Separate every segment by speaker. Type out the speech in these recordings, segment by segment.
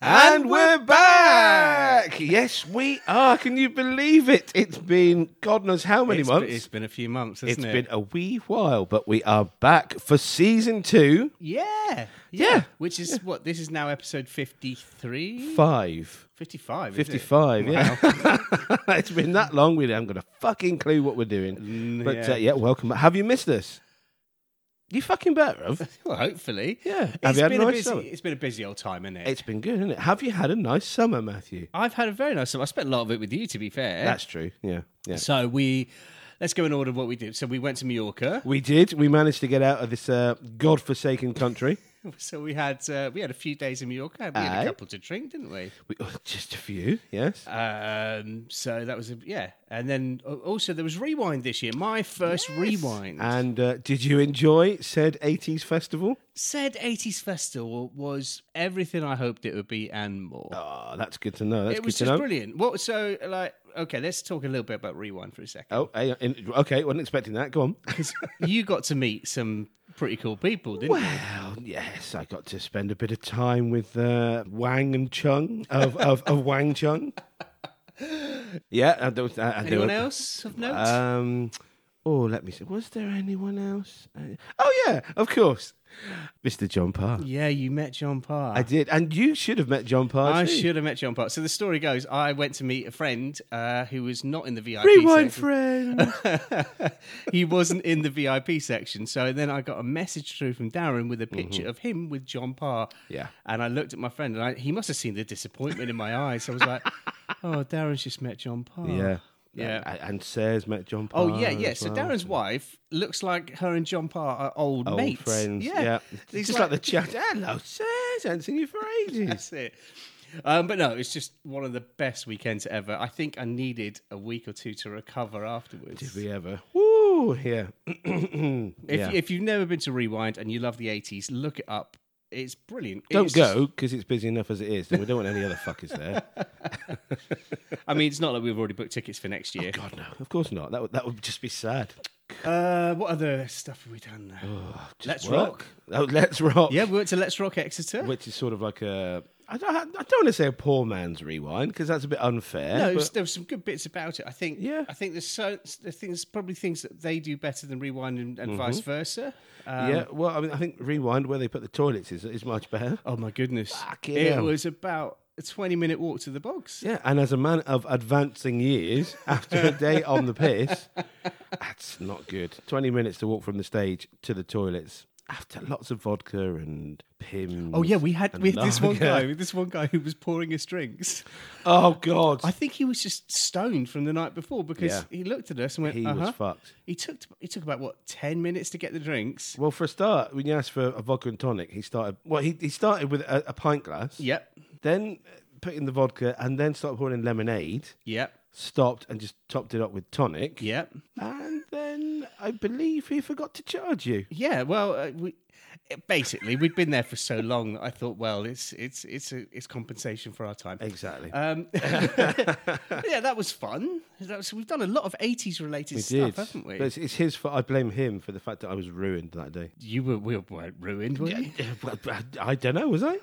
Speaker 1: And we're back! Yes, we are. Can you believe it? It's been God knows how many
Speaker 2: It's been-
Speaker 1: months.
Speaker 2: it's been a few months,
Speaker 1: It's
Speaker 2: hasn't it?
Speaker 1: been a wee while, but we are back for season two,
Speaker 2: yeah,
Speaker 1: Yeah.
Speaker 2: Which is what this is now episode 53?
Speaker 1: five.
Speaker 2: 55. is it?
Speaker 1: 55, yeah. it's been that long, we haven't got a fucking clue what we're doing.
Speaker 2: Mm,
Speaker 1: But
Speaker 2: yeah.
Speaker 1: yeah, uh, yeah welcome. Have you missed us? You fucking better have.
Speaker 2: Well, hopefully.
Speaker 1: Yeah.
Speaker 2: It's
Speaker 1: Have you had a
Speaker 2: been a
Speaker 1: nice
Speaker 2: busy,
Speaker 1: summer?
Speaker 2: it's been a busy old time, isn't it?
Speaker 1: It's been good, hasn't it? Have you had a nice summer, Matthew?
Speaker 2: I've had a very nice summer. I spent a lot of it with you, to be fair.
Speaker 1: That's true, yeah. yeah.
Speaker 2: So we, let's go in order of what we did. So we went to Mallorca.
Speaker 1: We did. We managed to get out of this uh, godforsaken country.
Speaker 2: So we had uh, we had a few days in Mallorca. and We had
Speaker 1: Aye.
Speaker 2: a couple to drink, didn't we?
Speaker 1: We, oh, just a few, yes.
Speaker 2: Um, so that was a, yeah. And then uh, also there was rewind this year. My first rewind.
Speaker 1: And uh, did you enjoy said 80s festival?
Speaker 2: said 80s festival was everything I hoped it would be and more.
Speaker 1: Oh, that's good to know. That's
Speaker 2: it
Speaker 1: good
Speaker 2: was
Speaker 1: to
Speaker 2: just
Speaker 1: know.
Speaker 2: brilliant. What so like okay, let's talk a little bit about rewind for a second.
Speaker 1: Oh, hey, in- okay. wasn't expecting that. Go on.
Speaker 2: 'Cause you got to meet some pretty cool people, didn't you?
Speaker 1: Well, yes, I got to spend a bit of time with uh, Wang and Chung of of, of Wang Chung. Yeah, and there was, uh, and there
Speaker 2: Anyone
Speaker 1: were-
Speaker 2: else of note?
Speaker 1: Um, oh, let me see. Was there anyone else? Uh, oh yeah, of course, Mr. John Parr.
Speaker 2: yeah, you met John Parr.
Speaker 1: I did, and you should have met John Parr.
Speaker 2: I
Speaker 1: too.
Speaker 2: should have met John Parr. So the story goes, I went to meet a friend uh, who was not in the VIP
Speaker 1: Rewind,
Speaker 2: section.
Speaker 1: friend.
Speaker 2: he wasn't in the VIP section. So then I got a message through from Darren with a picture of him with John Parr.
Speaker 1: Mm-hmm. Yeah.
Speaker 2: And I looked at my friend and I, he must have seen the disappointment in my eyes. I was like, oh, Darren's just met John Parr.
Speaker 1: yeah,
Speaker 2: Oh, Yeah.
Speaker 1: And, and Sarah's met John Parr.
Speaker 2: Oh yeah, yeah.
Speaker 1: as
Speaker 2: So
Speaker 1: well.
Speaker 2: Darren's wife looks like her and John Parr are old,
Speaker 1: Old
Speaker 2: mates.
Speaker 1: friends. Yeah,
Speaker 2: Yeah, He's
Speaker 1: just like, the chat. Hello, Sarah. Haven't seen you for ages.
Speaker 2: That's it. Um, but no, it's just one of the best weekends ever. I think I needed a week or two to recover afterwards.
Speaker 1: Did we ever? Woo! Yeah.
Speaker 2: If,
Speaker 1: Yeah.
Speaker 2: if you've never been to Rewind and you love the 80s, look it up. It's brilliant.
Speaker 1: Don't
Speaker 2: It's
Speaker 1: go because it's busy enough as it is, and we don't want any other fuckers there.
Speaker 2: just- I mean, it's not like we've already booked tickets for next year.
Speaker 1: God no, of course not. That would that would just be sad.
Speaker 2: uh, what other stuff have we done?
Speaker 1: Oh, just
Speaker 2: Let's
Speaker 1: work. Oh, let's rock.
Speaker 2: yeah, we went to Let's Rock Exeter.
Speaker 1: Which is sort of like a. I don't, I don't want to say a poor man's rewind because that's a bit unfair.
Speaker 2: no, it
Speaker 1: but-
Speaker 2: was, there were some good bits about it. I think.
Speaker 1: Yeah.
Speaker 2: I think there's so there's things probably things that they do better than Rewind and, and vice versa. Um,
Speaker 1: yeah. Well, I mean, I think rewind where they put the toilets is is much better.
Speaker 2: Oh my goodness!
Speaker 1: Fucking
Speaker 2: It
Speaker 1: hell.
Speaker 2: was about a 20 minute walk to the box.
Speaker 1: Yeah, and as a man of advancing years, after a day on the piss, that's not good. 20 minutes to walk from the stage to the toilets after lots of vodka and pims.
Speaker 2: Oh yeah, we had
Speaker 1: and
Speaker 2: we had this one
Speaker 1: lager.
Speaker 2: guy, this one guy who was pouring us drinks.
Speaker 1: Oh, God.
Speaker 2: I think he was just stoned from the night before because
Speaker 1: Yeah.
Speaker 2: he looked at us and went,
Speaker 1: he
Speaker 2: uh-huh.
Speaker 1: was fucked.
Speaker 2: He took he took about what ten minutes to get the drinks.
Speaker 1: Well, for a start, when you asked for a vodka and tonic, he started. Well, he, he started with a, a pint glass,
Speaker 2: Yep,
Speaker 1: then uh, put in the vodka, and then started pouring in lemonade.
Speaker 2: yep,
Speaker 1: Stopped and just topped it up with tonic,
Speaker 2: yep.
Speaker 1: and then I believe he forgot to charge you.
Speaker 2: Yeah, well, uh, we basically we'd been there for so long that I thought, well, it's it's it's a, it's compensation for our time.
Speaker 1: Exactly.
Speaker 2: Um, yeah, that was fun. That was, we've done a lot of '80s related stuff, haven't
Speaker 1: But
Speaker 2: we?
Speaker 1: it's, it's his fault. I blame him for the fact that I was ruined that day.
Speaker 2: You were we weren't ruined, were you?
Speaker 1: Well, I- I don't know. Was I?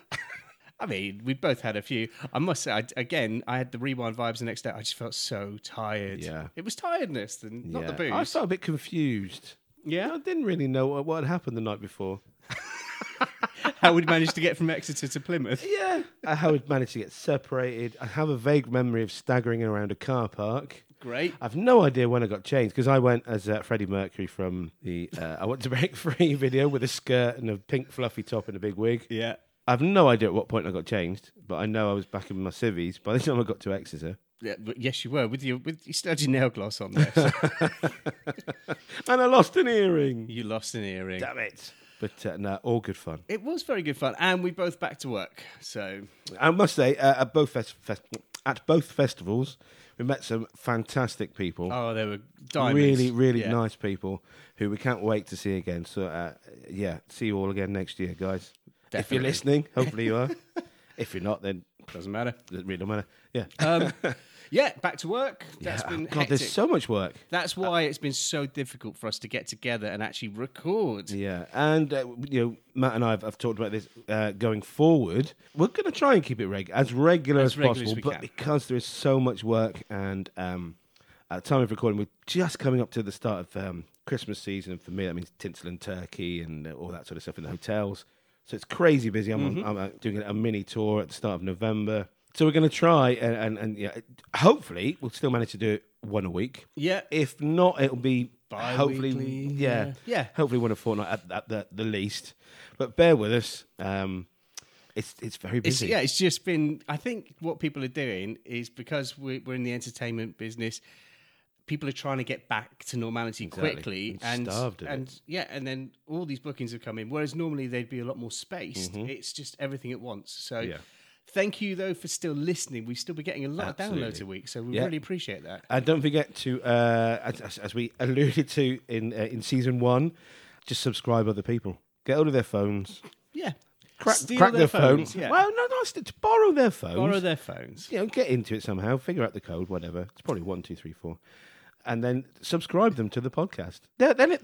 Speaker 2: I mean, we both had a few. I must say, I, again, I had the rewind vibes the next day. I just felt so tired.
Speaker 1: Yeah.
Speaker 2: it was tiredness, than not the booze.
Speaker 1: I felt a bit confused.
Speaker 2: yeah,
Speaker 1: I didn't really know what, what had happened the night before.
Speaker 2: how we managed to get from Exeter to Plymouth.
Speaker 1: Yeah. Uh, How I'd managed to get separated. I have a vague memory of staggering around a car park.
Speaker 2: Great.
Speaker 1: I've no idea when I got changed because I went as uh, Freddie Mercury from the uh, I Want to Break Free video with a skirt and a pink fluffy top and a big wig.
Speaker 2: Yeah,
Speaker 1: I've no idea at what point I got changed, but I know I was back in my civvies by the time I got to Exeter.
Speaker 2: yeah. but Yes, you were with your with you still had your nail gloss on there. so
Speaker 1: And I lost an earring.
Speaker 2: you lost an earring.
Speaker 1: Damn it. But uh, no, all good fun.
Speaker 2: It was very good fun, and we both back to work. So
Speaker 1: I must say, uh, at, both fest- fest- at both festivals, we met some fantastic people.
Speaker 2: oh, they were diamonds.
Speaker 1: Really, really
Speaker 2: Yeah.
Speaker 1: nice people who we can't wait to see again. So, uh, yeah, see you all again next year, guys. If
Speaker 2: Definitely.
Speaker 1: you're listening, hopefully you are. if you're not, then
Speaker 2: Doesn't matter.
Speaker 1: It really don't matter. Yeah.
Speaker 2: Um, yeah, back to work. That's
Speaker 1: Yeah.
Speaker 2: been
Speaker 1: God,
Speaker 2: hectic.
Speaker 1: there's so much work.
Speaker 2: That's why it's been so difficult for us to get together and actually record.
Speaker 1: Yeah, and uh, you know, Matt and I have, have talked about this uh, going forward. We're going to try and keep it reg- as regular as,
Speaker 2: regular as
Speaker 1: possible,
Speaker 2: we
Speaker 1: but
Speaker 2: can.
Speaker 1: because there is so much work, and um, at the time of recording, we're just coming up to the start of um, Christmas season. And for me, that means tinsel and turkey and uh, all that sort of stuff in the hotels. So it's crazy busy. I'm,
Speaker 2: Mm-hmm.
Speaker 1: on- I'm, uh doing a mini tour at the start of November. So we're going to try and, and, and yeah, hopefully we'll still manage to do it one a week.
Speaker 2: Yeah.
Speaker 1: If not, it'll be hopefully,
Speaker 2: Bi-weekly,
Speaker 1: yeah,
Speaker 2: yeah. Yeah.
Speaker 1: hopefully one a fortnight at, at the, the least. But bear with us. Um, it's it's very
Speaker 2: It's,
Speaker 1: busy.
Speaker 2: yeah, it's just been. I think what people are doing is because we're, we're in the entertainment business, people are trying to get back to normality
Speaker 1: Exactly.
Speaker 2: quickly,
Speaker 1: It's
Speaker 2: and
Speaker 1: starved of
Speaker 2: and yeah, and then all these bookings have come in. Whereas normally they'd be a lot more spaced. It's just everything at once. So.
Speaker 1: Mm-hmm. Yeah.
Speaker 2: Thank you though for still listening. We've still been getting a lot of downloads
Speaker 1: Absolutely.
Speaker 2: a week, so we
Speaker 1: Yeah.
Speaker 2: really appreciate that.
Speaker 1: And don't forget to, uh, as- as, as we alluded to in uh, in season one, just subscribe other people. Get hold of their phones.
Speaker 2: Yeah,
Speaker 1: Crack,
Speaker 2: Steal
Speaker 1: crack
Speaker 2: their
Speaker 1: phones.
Speaker 2: phones, yeah.
Speaker 1: Well, no, no, st- to borrow their phones.
Speaker 2: borrow their phones.
Speaker 1: you know, get into it somehow. Figure out the code, whatever. It's probably one, two, three, four, and then subscribe them to the podcast. They'll, they'll,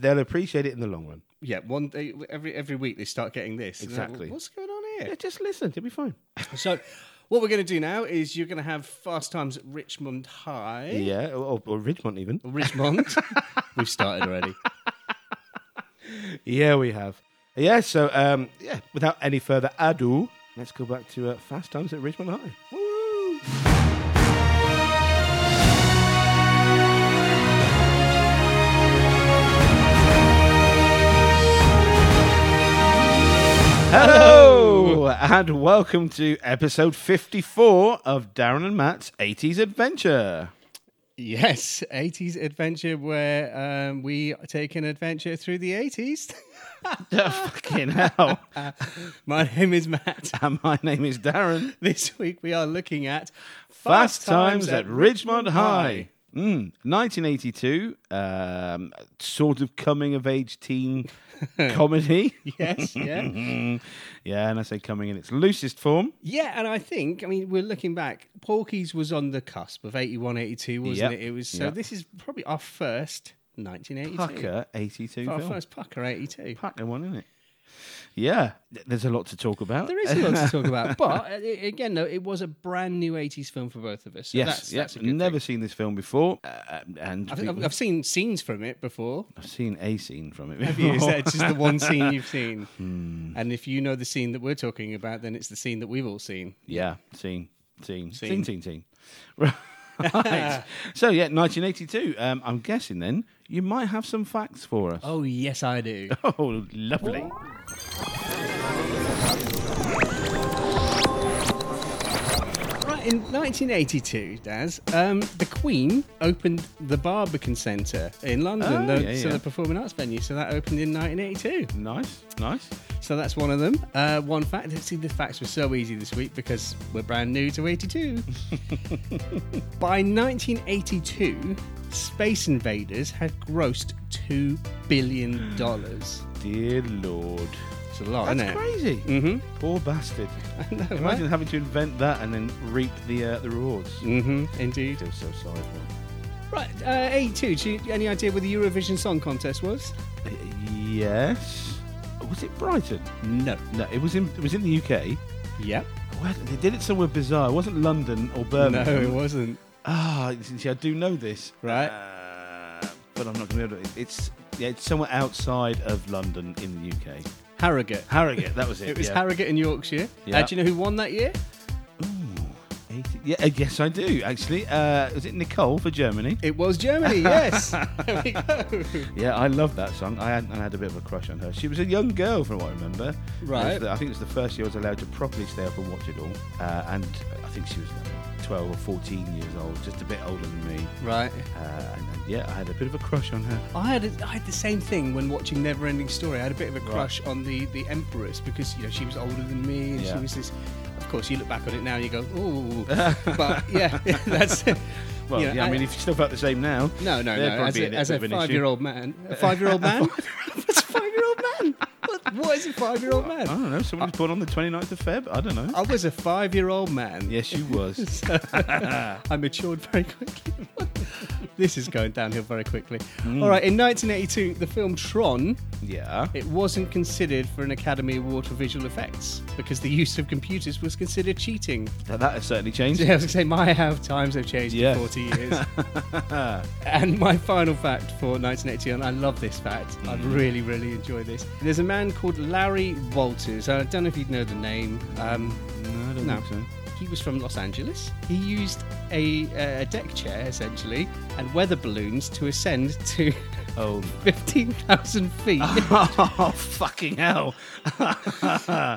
Speaker 1: they'll appreciate it in the long run.
Speaker 2: Yeah, one day every every week they start getting this. And they're like,
Speaker 1: Exactly.
Speaker 2: What's going on here?
Speaker 1: Yeah, just listen. It'll be fine.
Speaker 2: So, what we're going to do now is you're going to have Fast Times at Richmond High.
Speaker 1: Yeah, or, or Ridgemont even.
Speaker 2: Richmond. We've started already.
Speaker 1: Yeah, we have. Yeah, so um, yeah, without any further ado, let's go back to uh, Fast Times at Ridgemont High. Woo! Hello and welcome to episode 54 of Darren and Matt's 80s Adventure.
Speaker 2: Yes, 80s adventure where um, we take an adventure through the 80s.
Speaker 1: Fucking hell.
Speaker 2: My name is Matt.
Speaker 1: And my name is Darren.
Speaker 2: This week we are looking at
Speaker 1: Fast Times at Ridgemont High. Mm, 1982, um, sort of coming of age teen comedy.
Speaker 2: Yes, yeah.
Speaker 1: Mm, yeah, and I say coming in its loosest form.
Speaker 2: Yeah, and I think, I mean, we're looking back, Porky's was on the cusp of 81, 82, wasn't
Speaker 1: Yep.
Speaker 2: it? It was, so
Speaker 1: Yep.
Speaker 2: this is probably our first 1982.
Speaker 1: Pucker 82
Speaker 2: Our
Speaker 1: film.
Speaker 2: first Pucker 82.
Speaker 1: Pucker one, isn't it? Yeah, th- there's a lot to talk about.
Speaker 2: There is a lot to talk about, but uh, i- again, though, it was a brand new '80s film for both of us. So
Speaker 1: yes,
Speaker 2: that's,
Speaker 1: yeah,
Speaker 2: that's a good
Speaker 1: never
Speaker 2: thing.
Speaker 1: seen this film before, uh, and
Speaker 2: I've-
Speaker 1: we-
Speaker 2: I've, I've seen scenes from it before.
Speaker 1: I've seen a scene from it.
Speaker 2: Have you? Is that just the one scene you've seen? And if you know the scene that we're talking about, then it's the scene that we've all seen.
Speaker 1: Yeah, scene, scene, scene, scene,
Speaker 2: Scene.
Speaker 1: scene. Right. so yeah, 1982. Um, I'm guessing then you might have some facts for us.
Speaker 2: Oh yes, I do.
Speaker 1: Oh, lovely.
Speaker 2: right in 1982, Daz, um, the Queen opened the Barbican Centre in London,
Speaker 1: Oh,
Speaker 2: the,
Speaker 1: yeah,
Speaker 2: so
Speaker 1: yeah.
Speaker 2: the performing arts venue. So that opened in 1982.
Speaker 1: Nice, nice.
Speaker 2: So that's one of them. Uh, one fact. See, the facts were so easy this week because we're brand new to 82. By 1982, Space Invaders had grossed $2 billion. It's
Speaker 1: Dear Lord,
Speaker 2: a lot,
Speaker 1: that's
Speaker 2: isn't it?
Speaker 1: crazy.
Speaker 2: Mhm.
Speaker 1: Poor bastard.
Speaker 2: know,
Speaker 1: Imagine having to invent that and then reap the uh, the rewards.
Speaker 2: Mm-hmm, indeed.
Speaker 1: Feel so sorry for.
Speaker 2: Right, uh, 82. Do you, any idea where the Eurovision Song Contest was?
Speaker 1: him. Uh, Yes. Was it Brighton?
Speaker 2: No.
Speaker 1: No, it was in it was in the UK.
Speaker 2: Yep.
Speaker 1: Where, they did it somewhere bizarre. It wasn't London or Birmingham.
Speaker 2: No, it wasn't.
Speaker 1: Ah, see, I do know this,
Speaker 2: Right. Um.
Speaker 1: Uh, but I'm not going to be able to. It's yeah, it's somewhere outside of London in the UK.
Speaker 2: Harrogate.
Speaker 1: Harrogate, that was it.
Speaker 2: It was
Speaker 1: yeah.
Speaker 2: Harrogate in Yorkshire.
Speaker 1: Yeah.
Speaker 2: Uh, do you know who won that year?
Speaker 1: 80 yeah, uh, yes, I do actually. Uh, was it Nicole for Germany?
Speaker 2: It was Germany, yes. there we go.
Speaker 1: Yeah, I love that song. I had, I had a bit of a crush on her. She was a young girl, from what I remember.
Speaker 2: Right.
Speaker 1: It was the- I think it was the first year I was allowed to properly stay up and watch it all. Uh, and I think she was like 12 or 14 years old, just a bit older than me.
Speaker 2: Right.
Speaker 1: Uh, and, and yeah, I had a bit of a crush on her.
Speaker 2: I had, a, I had the same thing when watching Neverending Story. I had a bit of a crush on the, the Empress because you know she was older than me and
Speaker 1: Yeah.
Speaker 2: she was this. Of course, you look back on it now and you go, ooh, but yeah, that's it.
Speaker 1: Well,
Speaker 2: You
Speaker 1: yeah,
Speaker 2: know,
Speaker 1: I mean, if you still felt the same now.
Speaker 2: no, no,
Speaker 1: there'd
Speaker 2: no.
Speaker 1: probably
Speaker 2: As
Speaker 1: be a
Speaker 2: a,
Speaker 1: bit
Speaker 2: as
Speaker 1: of
Speaker 2: a
Speaker 1: an issue.
Speaker 2: five-year-old man, a five-year-old man, that's a five-year-old man. What what is a five year old
Speaker 3: I
Speaker 2: man?
Speaker 3: don't know. Someone was born on the 29th of Feb. I don't know.
Speaker 2: I was a five year old man.
Speaker 1: Yes, you was.
Speaker 2: I matured very quickly. this is going downhill very quickly.
Speaker 1: Mm.
Speaker 2: All right, in 1982, the film Tron,
Speaker 1: yeah.
Speaker 2: it wasn't considered for an Academy Award for visual effects because the use of computers was considered cheating.
Speaker 1: Now, that has certainly changed.
Speaker 2: Yeah, I was going to say, my how times have changed
Speaker 1: Yeah.
Speaker 2: in 40 years. and my final fact for 1980, and I love this fact. I really, really enjoy this. There's a man called Larry Walters. I don't know if you'd know the name. Um,
Speaker 3: No, I don't
Speaker 2: no.
Speaker 3: think so.
Speaker 2: He was from Los Angeles. He used a, uh, a deck chair, essentially, and weather balloons to ascend to
Speaker 1: Oh,
Speaker 2: 15,000 feet.
Speaker 1: oh, fucking hell.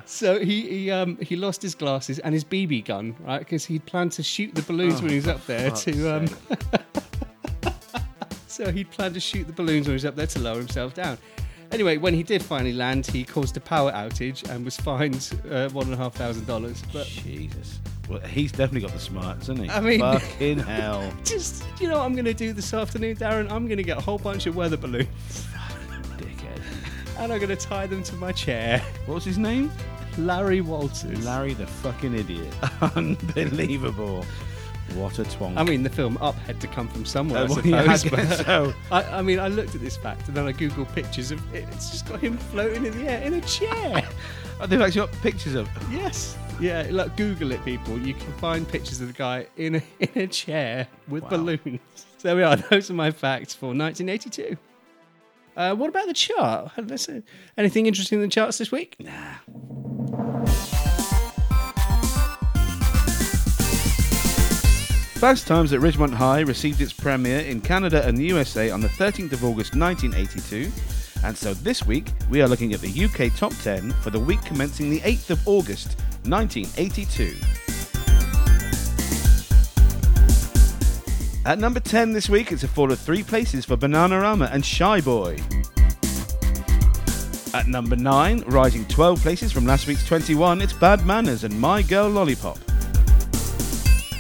Speaker 2: so he he, um, he lost his glasses and his BB gun, right? Because he'd planned to shoot the balloons when he was up there
Speaker 1: Oh, fuck's
Speaker 2: to. Um, so he'd planned to shoot the balloons when he was up there to lower himself down. Anyway, when he did finally land, he caused a power outage and was fined uh, one and a half thousand dollars. But
Speaker 1: Jesus. Well, he's definitely got the smarts, hasn't he?
Speaker 2: I mean-
Speaker 1: fucking hell.
Speaker 2: just you know what I'm going to do this afternoon, Darren? I'm going to get a whole bunch of weather balloons
Speaker 1: Dickhead.
Speaker 2: and I'm going to tie them to my chair.
Speaker 1: What was his name?
Speaker 2: Larry Walters.
Speaker 1: Larry the fucking idiot. Unbelievable. What a twonk.
Speaker 2: I mean, the film Up had to come from somewhere.
Speaker 1: Uh,
Speaker 2: I
Speaker 1: well, yeah,
Speaker 2: suppose,
Speaker 1: I
Speaker 2: but-
Speaker 1: guess so.
Speaker 2: I, I mean, I looked at this fact and then I googled pictures of it. It's just got him floating in the air in a chair.
Speaker 1: Oh, they've actually got pictures of.
Speaker 2: yes. Yeah, look, Google it, people. You can find pictures of the guy in a, in a chair with
Speaker 1: Wow.
Speaker 2: balloons. So there we are. Those are my facts for 1982. Uh, what about the chart? Let's see. Anything interesting in the charts this week?
Speaker 1: Fast Times at Ridgemont High received its premiere in Canada and the USA on the 13th of August 1982. And so this week, we are looking at the UK Top 10 for the week commencing the 8th of August 1982. At number 10 this week, it's a fall of three places for Bananarama and Shy Boy. At number 9, rising 12 places from last week's 21, it's Bad Manners and My Girl Lollipop.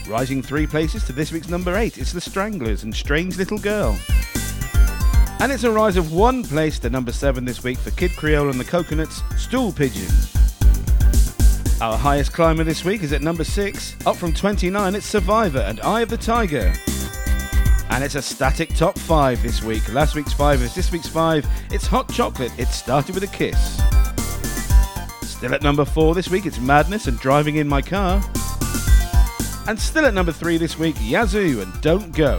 Speaker 1: Rising three places to this week's number eight, it's The Stranglers and Strange Little Girl. And it's a rise of one place to number seven this week for Kid Creole and the Coconuts, Stool Pigeon. Our highest climber this week is at number six, up from 29, it's Survivor and Eye of the Tiger. And it's a static top five this week. Last week's five is this week's five. It's Hot Chocolate, it started with a kiss. Still at number four this week, it's Madness and Driving in My Car. And still at number three this week, Yazoo and Don't Go.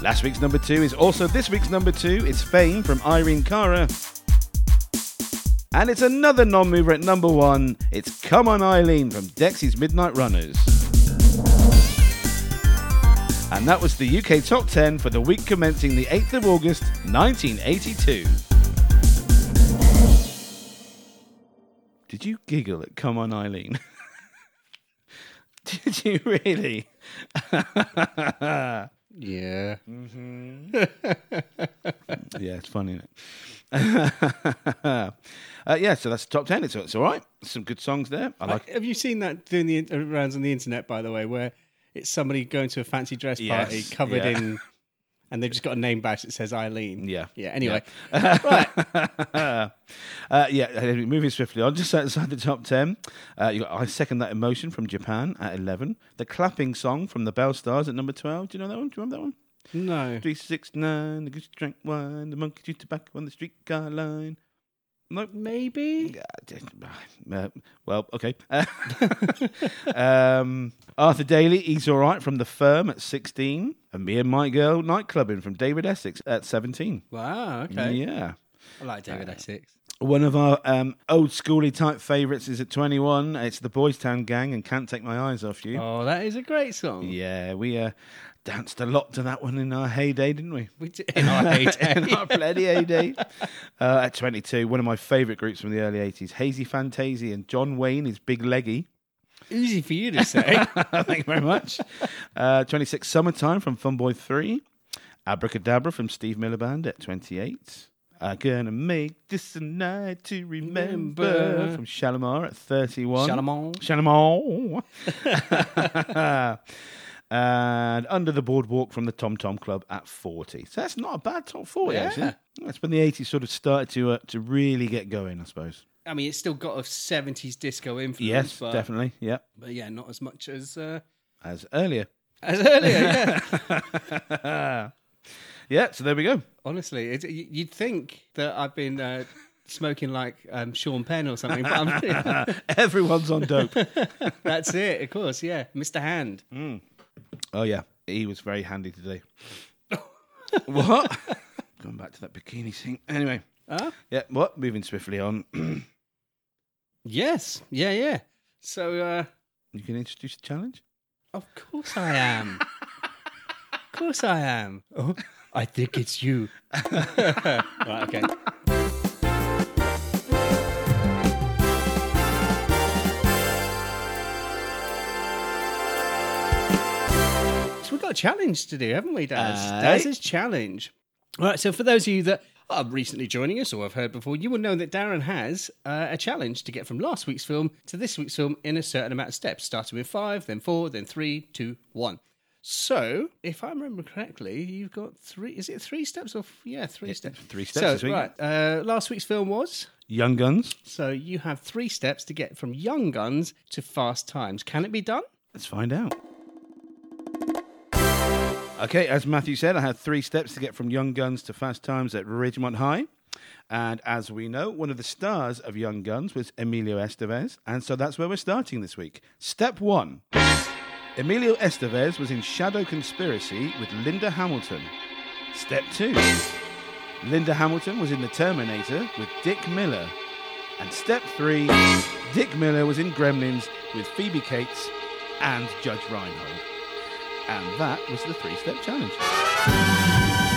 Speaker 1: Last week's number two is also this week's number two. It's Fame from Irene Cara. And it's another non mover at number one. It's Come On Eileen from Dexy's Midnight Runners. And that was the UK Top 10 for the week commencing the 8th of August 1982. Did you giggle at Come On Eileen? Did you really?
Speaker 2: Yeah.
Speaker 1: Yeah, it's funny, isn't it? uh, yeah, so that's the top 10. It's, it's all right. Some good songs there. I like
Speaker 2: Have you seen that doing the in- rounds on the internet, by the way, where it's somebody going to a fancy dress party
Speaker 1: Yes,
Speaker 2: covered
Speaker 1: yeah.
Speaker 2: in, and they've just got a name badge that says Eileen?
Speaker 1: Yeah.
Speaker 2: Yeah. Anyway,
Speaker 1: uh, yeah, uh, moving swiftly on, just outside the top 10, uh, you got I Second That Emotion from Japan at 11. The Clapping Song from the Bell Stars at number 12. Do you know that one? Do you remember that one?
Speaker 2: no.
Speaker 1: 369, the goose drank wine, the monkey chewed tobacco on the streetcar line. Nope.
Speaker 2: Maybe.
Speaker 1: Yeah, just- uh, well, okay. Uh, um, Arthur Daly, he's all right from the firm at sixteen, and me and my girl nightclubbing from David Essex at seventeen.
Speaker 2: Wow. Okay.
Speaker 1: Yeah,
Speaker 2: I like David Essex.
Speaker 1: one of our um, old schooly type favourites is at twenty one. It's the Boys Town Gang and Can't Take My Eyes Off You.
Speaker 2: Oh, that is a great song.
Speaker 1: Yeah, we uh, danced a lot to that one in our heyday, didn't we?
Speaker 2: We do- in our heyday.
Speaker 1: in our bloody heyday. Uh, at 22, one of my favourite groups from the early 80s, Hazy Fantasy and John Wayne is Big Leggy.
Speaker 2: Easy for you to say.
Speaker 1: Thank you very much. Uh, 26 Summertime from Funboy 3. Abracadabra from Steve Milliband at 28. I'm gonna make this a night to remember,
Speaker 2: Remember.
Speaker 1: from Shalimar at 31.
Speaker 2: Shalimar.
Speaker 1: Shalimar. and Under the Boardwalk from the Tom Tom Club at 40. So that's not a bad top 40,
Speaker 2: Yeah.
Speaker 1: actually. That's when the 80s sort of started to uh, to really get going, I suppose.
Speaker 2: I mean, it's still got a 70s disco influence.
Speaker 1: Yes,
Speaker 2: but,
Speaker 1: definitely. Yeah,
Speaker 2: But yeah, not as much as uh,
Speaker 1: as earlier.
Speaker 2: as earlier. Yeah.
Speaker 1: Yeah, so there we go.
Speaker 2: Honestly, it, y- you'd think that I've been uh, smoking like um, Sean Penn or something, but I'm,
Speaker 1: Everyone's on dope.
Speaker 2: that's it. Of course, yeah, Mr. Hand.
Speaker 1: Mm. Oh yeah, he was very handy today. what? Going back to that bikini thing. Anyway,
Speaker 2: Huh?
Speaker 1: yeah. What? Moving swiftly on.
Speaker 2: Yes, yeah, yeah. So, uh,
Speaker 1: you can introduce the challenge.
Speaker 2: of course I am. of course I am. Oh, I think it's you. right, okay. So we've got a challenge to do, haven't we, Daz?
Speaker 1: Aye.
Speaker 2: Daz's challenge. All right, so for those of you that are recently joining us or have heard before, you will know that Darren has uh, a challenge to get from last week's film to this week's film in a certain amount of steps, starting with five, then four, then three, two, one. So, if I remember correctly, you've got three. Is it three steps or f- yeah, three steps?
Speaker 1: three steps this
Speaker 2: So,
Speaker 1: week.
Speaker 2: right. Uh, last week's film was
Speaker 1: Young Guns.
Speaker 2: so you have three steps to get from Young Guns to Fast Times. Can it be done?
Speaker 1: Let's find out. Okay, as Matthew said, I had three steps to get from Young Guns to Fast Times at Ridgemont High. And as we know, one of the stars of Young Guns was Emilio Estevez. And so that's where we're starting this week. Step one Emilio Estevez was in Shadow Conspiracy with Linda Hamilton. Step two Linda Hamilton was in The Terminator with Dick Miller. And step three, Dick Miller was in Gremlins with Phoebe Cates and Judge Reinhold. And that was the three step challenge.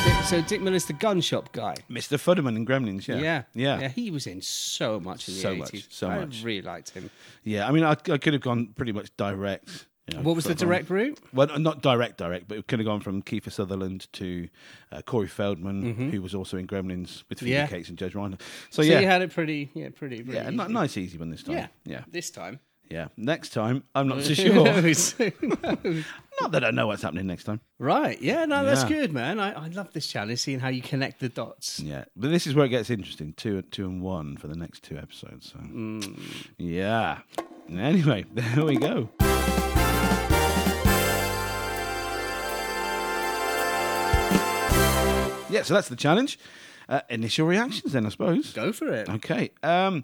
Speaker 2: Dick, so Dick Miller's the gun shop guy.
Speaker 1: Mr. Fudderman in Gremlins, yeah.
Speaker 2: Yeah.
Speaker 1: Yeah. Yeah.
Speaker 2: He was in so much in the
Speaker 1: So
Speaker 2: 80s.
Speaker 1: much, so
Speaker 2: I
Speaker 1: much.
Speaker 2: really liked him.
Speaker 1: I mean, I, I could have gone pretty much direct. you know,
Speaker 2: What was the
Speaker 1: from-
Speaker 2: direct route?
Speaker 1: Well, not direct, direct, but it could have gone from Kiefer Sutherland to uh, Corey Feldman, who was also in Gremlins with Phoebe
Speaker 2: Mm-hmm. Yeah.
Speaker 1: Cates and Judge Reinhold. So,
Speaker 2: So
Speaker 1: yeah.
Speaker 2: you had it pretty, yeah, pretty, pretty
Speaker 1: yeah,
Speaker 2: easy.
Speaker 1: ni- nice, easy one this time.
Speaker 2: yeah,
Speaker 1: yeah,
Speaker 2: This time,
Speaker 1: yeah. Next time, I'm not so sure.
Speaker 2: sure.
Speaker 1: not that I know what's happening next time.
Speaker 2: right? Yeah, no, that's
Speaker 1: Yeah.
Speaker 2: good, man. I, I love this challenge, seeing how you connect the dots.
Speaker 1: Yeah, but this is where it gets interesting. Two, two and one for the next two episodes. So,
Speaker 2: Mm.
Speaker 1: yeah. Anyway, there we go. Yeah, so that's the challenge. Uh, initial reactions, then I suppose.
Speaker 2: Go for it.
Speaker 1: Okay. Um,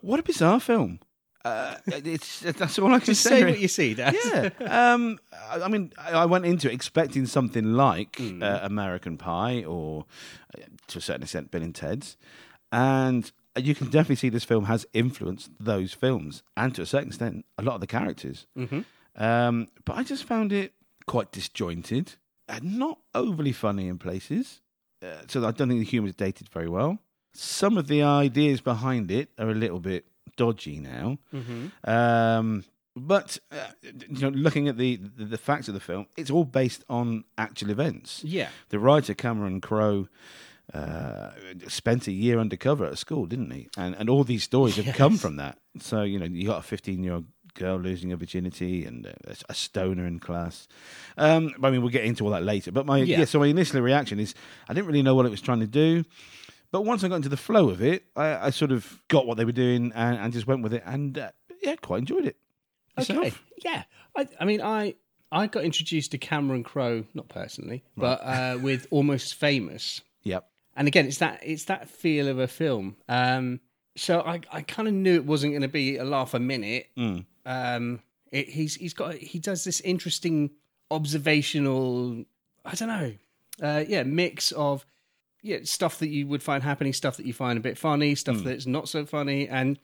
Speaker 1: what a bizarre film. Uh, it's that's all I can
Speaker 2: Just
Speaker 1: say.
Speaker 2: say
Speaker 1: really.
Speaker 2: what you see, Dad.
Speaker 1: Yeah. Um, I I mean, I I went into it expecting something like uh, American Pie or, uh, to a certain extent, Bill and Ted's. And you can definitely see this film has influenced those films and, to a certain extent, a lot of the characters. Um, but I just found it quite disjointed and not overly funny in places. Uh, so I don't think the humour is dated very well. Some of the ideas behind it are a little bit dodgy now. Um, but uh, you know, looking at the, the the facts of the film, it's all based on actual events.
Speaker 2: Yeah.
Speaker 1: The writer Cameron Crowe uh, spent a year undercover at a school, didn't he? And and all these stories have come from that. So you know, you got a fifteen-year-old girl losing her virginity and a, a stoner in class. Um, I mean, we'll get into all that later. But my
Speaker 2: Yeah.
Speaker 1: yeah. so my initial reaction is I didn't really know what it was trying to do. But once I got into the flow of it, I, I sort of got what they were doing and, and just went with it, and uh, yeah, quite enjoyed it.
Speaker 2: Okay.
Speaker 1: Yourself?
Speaker 2: Yeah. I, I mean, I I got introduced to Cameron Crowe, not personally, but uh, with Almost Famous.
Speaker 1: Yep.
Speaker 2: and again it's that it's that feel of a film um so i i kind of knew it wasn't going to be a laugh a minute um it, he's he's got he does this interesting observational i don't know uh yeah mix of yeah stuff that you would find happening stuff that you find a bit funny stuff that's not so funny and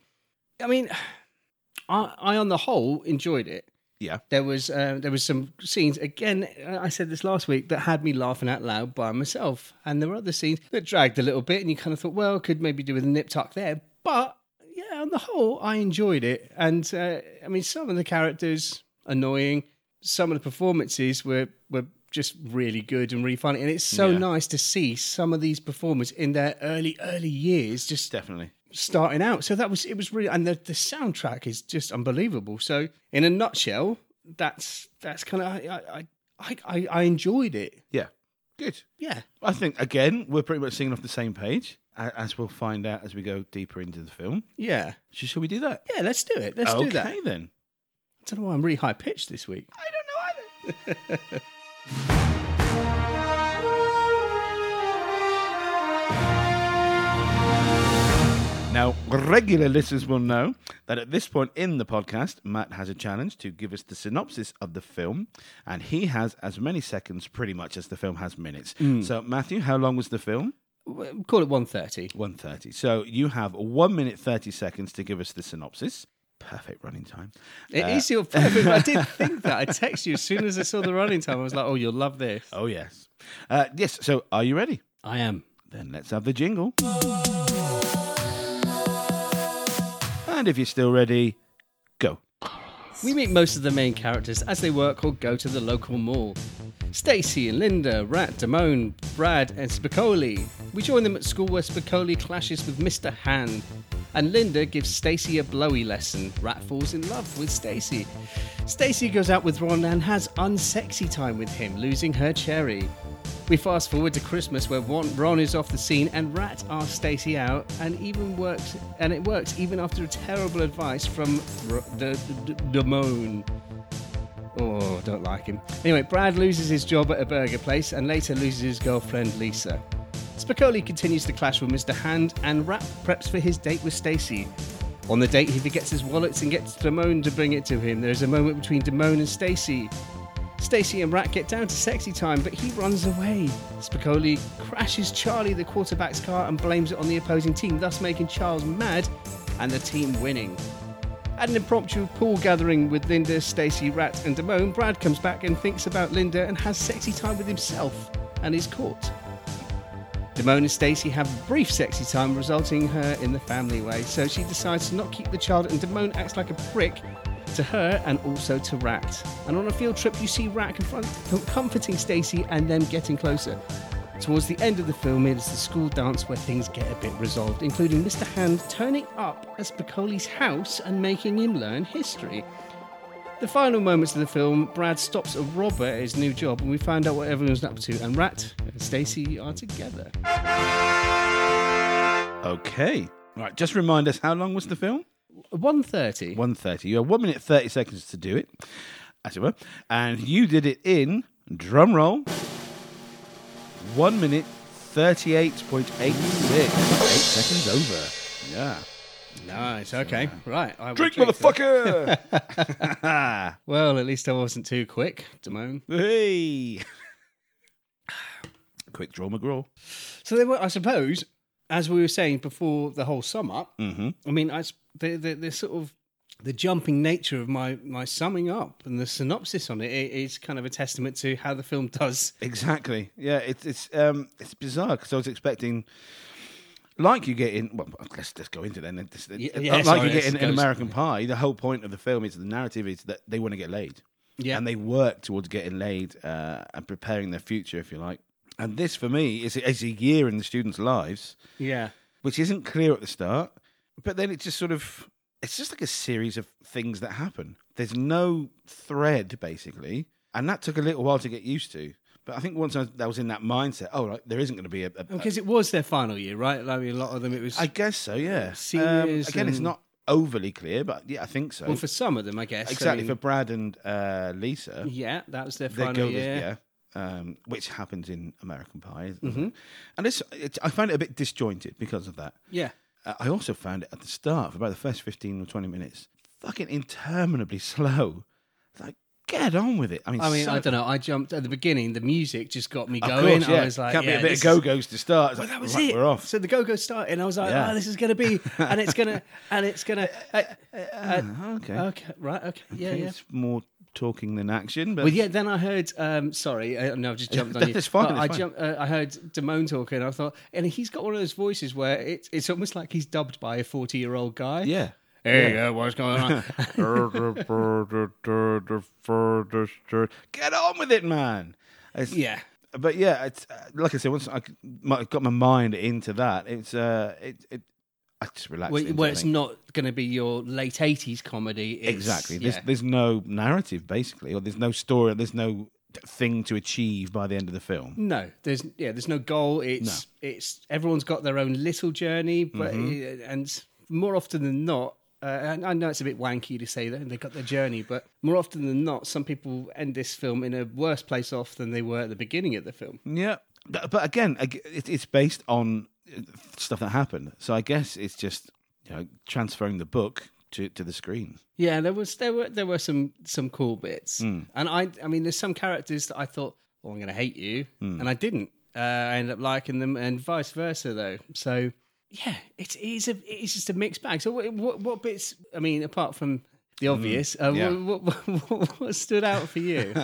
Speaker 2: i mean i i on the whole enjoyed it
Speaker 1: Yeah.
Speaker 2: there was uh, there was some scenes again. I said this last week that had me laughing out loud by myself, and there were other scenes that dragged a little bit, and you kind of thought, well, could maybe do with a nip tuck there. But yeah, on the whole, I enjoyed it, and uh, I mean, some of the characters annoying, some of the performances were were just really good and really funny, and it's so
Speaker 1: Yeah.
Speaker 2: nice to see some of these performers in their early early years just
Speaker 1: Definitely.
Speaker 2: starting out. So that was it was really and the, the soundtrack is just unbelievable. So in a nutshell, that's that's kind of I, I I I I enjoyed it.
Speaker 4: Yeah. Good.
Speaker 2: Yeah,
Speaker 1: I think again we're pretty much singing off the same page, a- as we'll find out as we go deeper into the film.
Speaker 2: yeah,
Speaker 1: Sh- Shall we do that?
Speaker 2: yeah. Let's do it. Let's
Speaker 1: okay,
Speaker 2: do that. I
Speaker 1: then.
Speaker 2: don't know why I'm really high pitched this week.
Speaker 1: I don't know either. Now, regular listeners will know that at this point in the podcast, Matt has a challenge to give us the synopsis of the film, and he has as many seconds pretty much as the film has minutes. So, Matthew, how long was the film?
Speaker 2: W- Call it one thirty.
Speaker 1: 130. So, you have 1 minute 30 seconds to give us the synopsis. Perfect running time.
Speaker 2: It is your perfect. I did think that. I texted you as soon as I saw the running time. I was like, "Oh, you'll love this."
Speaker 1: Oh, yes. Uh, yes, so are you ready?
Speaker 2: I am.
Speaker 1: Then let's have the jingle. And if you're still ready, go.
Speaker 2: We meet most of the main characters as they work or go to the local mall. Stacy and Linda, Rat, Damone, Brad, and Spicoli. We join them at school where Spicoli clashes with Mr. Han, and Linda gives Stacy a blowy lesson. Rat falls in love with Stacy. Stacy goes out with Ron and has unsexy time with him, losing her cherry. We fast forward to Christmas where Ron, Ron is off the scene and Rat asks Stacy out, and even works, and it works even after terrible advice from R- the, the, the Damone. Oh, don't like him. Anyway, Brad loses his job at a burger place and later loses his girlfriend Lisa. Spicoli continues to clash with Mr. Hand and Rat preps for his date with Stacy. On the date, he forgets his wallets and gets Damone to bring it to him. There is a moment between Damone and Stacy. Stacy and Rat get down to sexy time, but he runs away. Spicoli crashes Charlie, the quarterback's car, and blames it on the opposing team, thus making Charles mad and the team winning. At an impromptu pool gathering with Linda, Stacy, Rat, and Damone, Brad comes back and thinks about Linda and has sexy time with himself and is caught. Damone and Stacy have a brief sexy time, resulting her in the family way, so she decides to not keep the child, and Damone acts like a prick to her and also to Rat. And on a field trip, you see Rat confront, comforting Stacy and them getting closer. Towards the end of the film, it is the school dance where things get a bit resolved, including Mr. Hand turning up at Spicoli's house and making him learn history. The final moments of the film, Brad stops a robber at his new job, and we find out what everyone's up to, and Rat and Stacy are together.
Speaker 1: Okay. Right, just remind us how long was the film?
Speaker 2: 1.30.
Speaker 1: 130. You have 1 minute 30 seconds to do it, as it were. And you did it in, drum roll, 1 minute 38.86. 8 seconds over. Yeah.
Speaker 2: Nice, okay. Right. I will
Speaker 1: Drink,
Speaker 2: that.
Speaker 1: motherfucker!
Speaker 2: Well, at least I wasn't too quick, Damone.
Speaker 1: hey! Quick draw McGraw.
Speaker 2: So they were, I suppose, as we were saying before the whole sum up.
Speaker 1: Mm-hmm.
Speaker 2: I mean, I s- the, the the sort of the jumping nature of my my summing up and the synopsis on it i- is kind of a testament to how the film does.
Speaker 1: Exactly. Yeah, it's it's um it's bizarre because I was expecting, like you get in. Well, let's let's go into then. This-
Speaker 2: Y-
Speaker 1: uh,
Speaker 2: yeah,
Speaker 1: like you
Speaker 2: sorry,
Speaker 1: get in,
Speaker 2: let's
Speaker 1: in
Speaker 2: go.
Speaker 1: American Pie, the whole point of the film is the narrative is that they want to get laid,
Speaker 2: Yeah.
Speaker 1: and they work towards getting laid uh, and preparing their future, if you like. And this, for me, is is a year in the students' lives,
Speaker 2: Yeah.
Speaker 1: which isn't clear at the start, but then it just sort of it's just like a series of things that happen. There's no thread basically, and that took a little while to get used to. But I think once I, I was in that mindset, oh right, there isn't going to be a. a-
Speaker 2: Because it was their final year, right? Like a lot of them, it was.
Speaker 1: Uh, I guess so, yeah. Um,
Speaker 2: Seniors
Speaker 1: again, it's
Speaker 2: and-
Speaker 1: not overly clear, but yeah, I think so.
Speaker 2: well, for some of them, I guess. I
Speaker 1: exactly for
Speaker 2: mean,
Speaker 1: Brad and uh, Lisa,
Speaker 2: yeah, that was their
Speaker 1: they
Speaker 2: final
Speaker 1: go
Speaker 2: year.
Speaker 1: this- yeah. Um, which happens in American Pie, doesn't
Speaker 2: Mm-hmm.
Speaker 1: it? and it's, it's I find it a bit disjointed because of that.
Speaker 2: yeah.
Speaker 1: Uh, I also found it at the start, for about the first 15 or 20 minutes, fucking interminably slow. It's like, get on with it. I mean,
Speaker 2: I mean,
Speaker 1: so-
Speaker 2: I don't know. I jumped at the beginning. The music just got me
Speaker 1: Of
Speaker 2: going.
Speaker 1: course, yeah.
Speaker 2: I was like,
Speaker 1: can't
Speaker 2: yeah,
Speaker 1: be a bit
Speaker 2: this
Speaker 1: of
Speaker 2: is-
Speaker 1: go go's to start. It's
Speaker 2: Well,
Speaker 1: like,
Speaker 2: that was
Speaker 1: right,
Speaker 2: it.
Speaker 1: We're off.
Speaker 2: So the go go started, and I was like,
Speaker 1: Yeah.
Speaker 2: oh, this is going to be, and it's going to, and it's going to.
Speaker 1: Ah, okay.
Speaker 2: uh, Uh-huh, okay, right, okay, yeah, yeah.
Speaker 1: It's more talking than action, but
Speaker 2: Well, yeah. Then I heard. Um, sorry, uh, no, I've just jumped on you.
Speaker 1: That's fine,
Speaker 2: But
Speaker 1: that's
Speaker 2: I
Speaker 1: fine.
Speaker 2: jumped. Uh, I heard Damone talking. and I thought, and he's got one of those voices where it's it's almost like he's dubbed by a forty-year-old guy.
Speaker 1: yeah.
Speaker 2: Hey, uh, what's going on?
Speaker 1: get on with it, man. It's-
Speaker 2: yeah.
Speaker 1: but yeah, it's uh, like I said, once I c- my- got my mind into that, it's uh, it, it I just relaxed.
Speaker 2: Well,
Speaker 1: into
Speaker 2: well,
Speaker 1: it, I
Speaker 2: it's
Speaker 1: think.
Speaker 2: not going to be your late 80s comedy. It's,
Speaker 1: exactly.
Speaker 2: yeah.
Speaker 1: There's there's no narrative basically, or there's no story, there's no thing to achieve by the end of the film.
Speaker 2: No, there's yeah, there's no goal. It's it's everyone's got their own little journey, but and more often than not, uh, and I know it's a bit wanky to say that and they got their journey, but more often than not, some people end this film in a worse place off than they were at the beginning of the film.
Speaker 1: Yeah, but, but again, ag- it, it's based on uh, stuff that happened. So I guess it's just you know transferring the book to to the screen.
Speaker 2: Yeah, there was there were there were some some cool bits,
Speaker 1: Hmm.
Speaker 2: and I I mean, there's some characters that I thought, oh, I'm going to hate you,
Speaker 1: Hmm.
Speaker 2: and I didn't. Uh, I ended up liking them, and vice versa though. So yeah, it is a it's just a mixed bag. So what what, what bits? I mean, apart from the obvious, uh,
Speaker 1: Hmm. yeah.
Speaker 2: what, what, what, what stood out for you?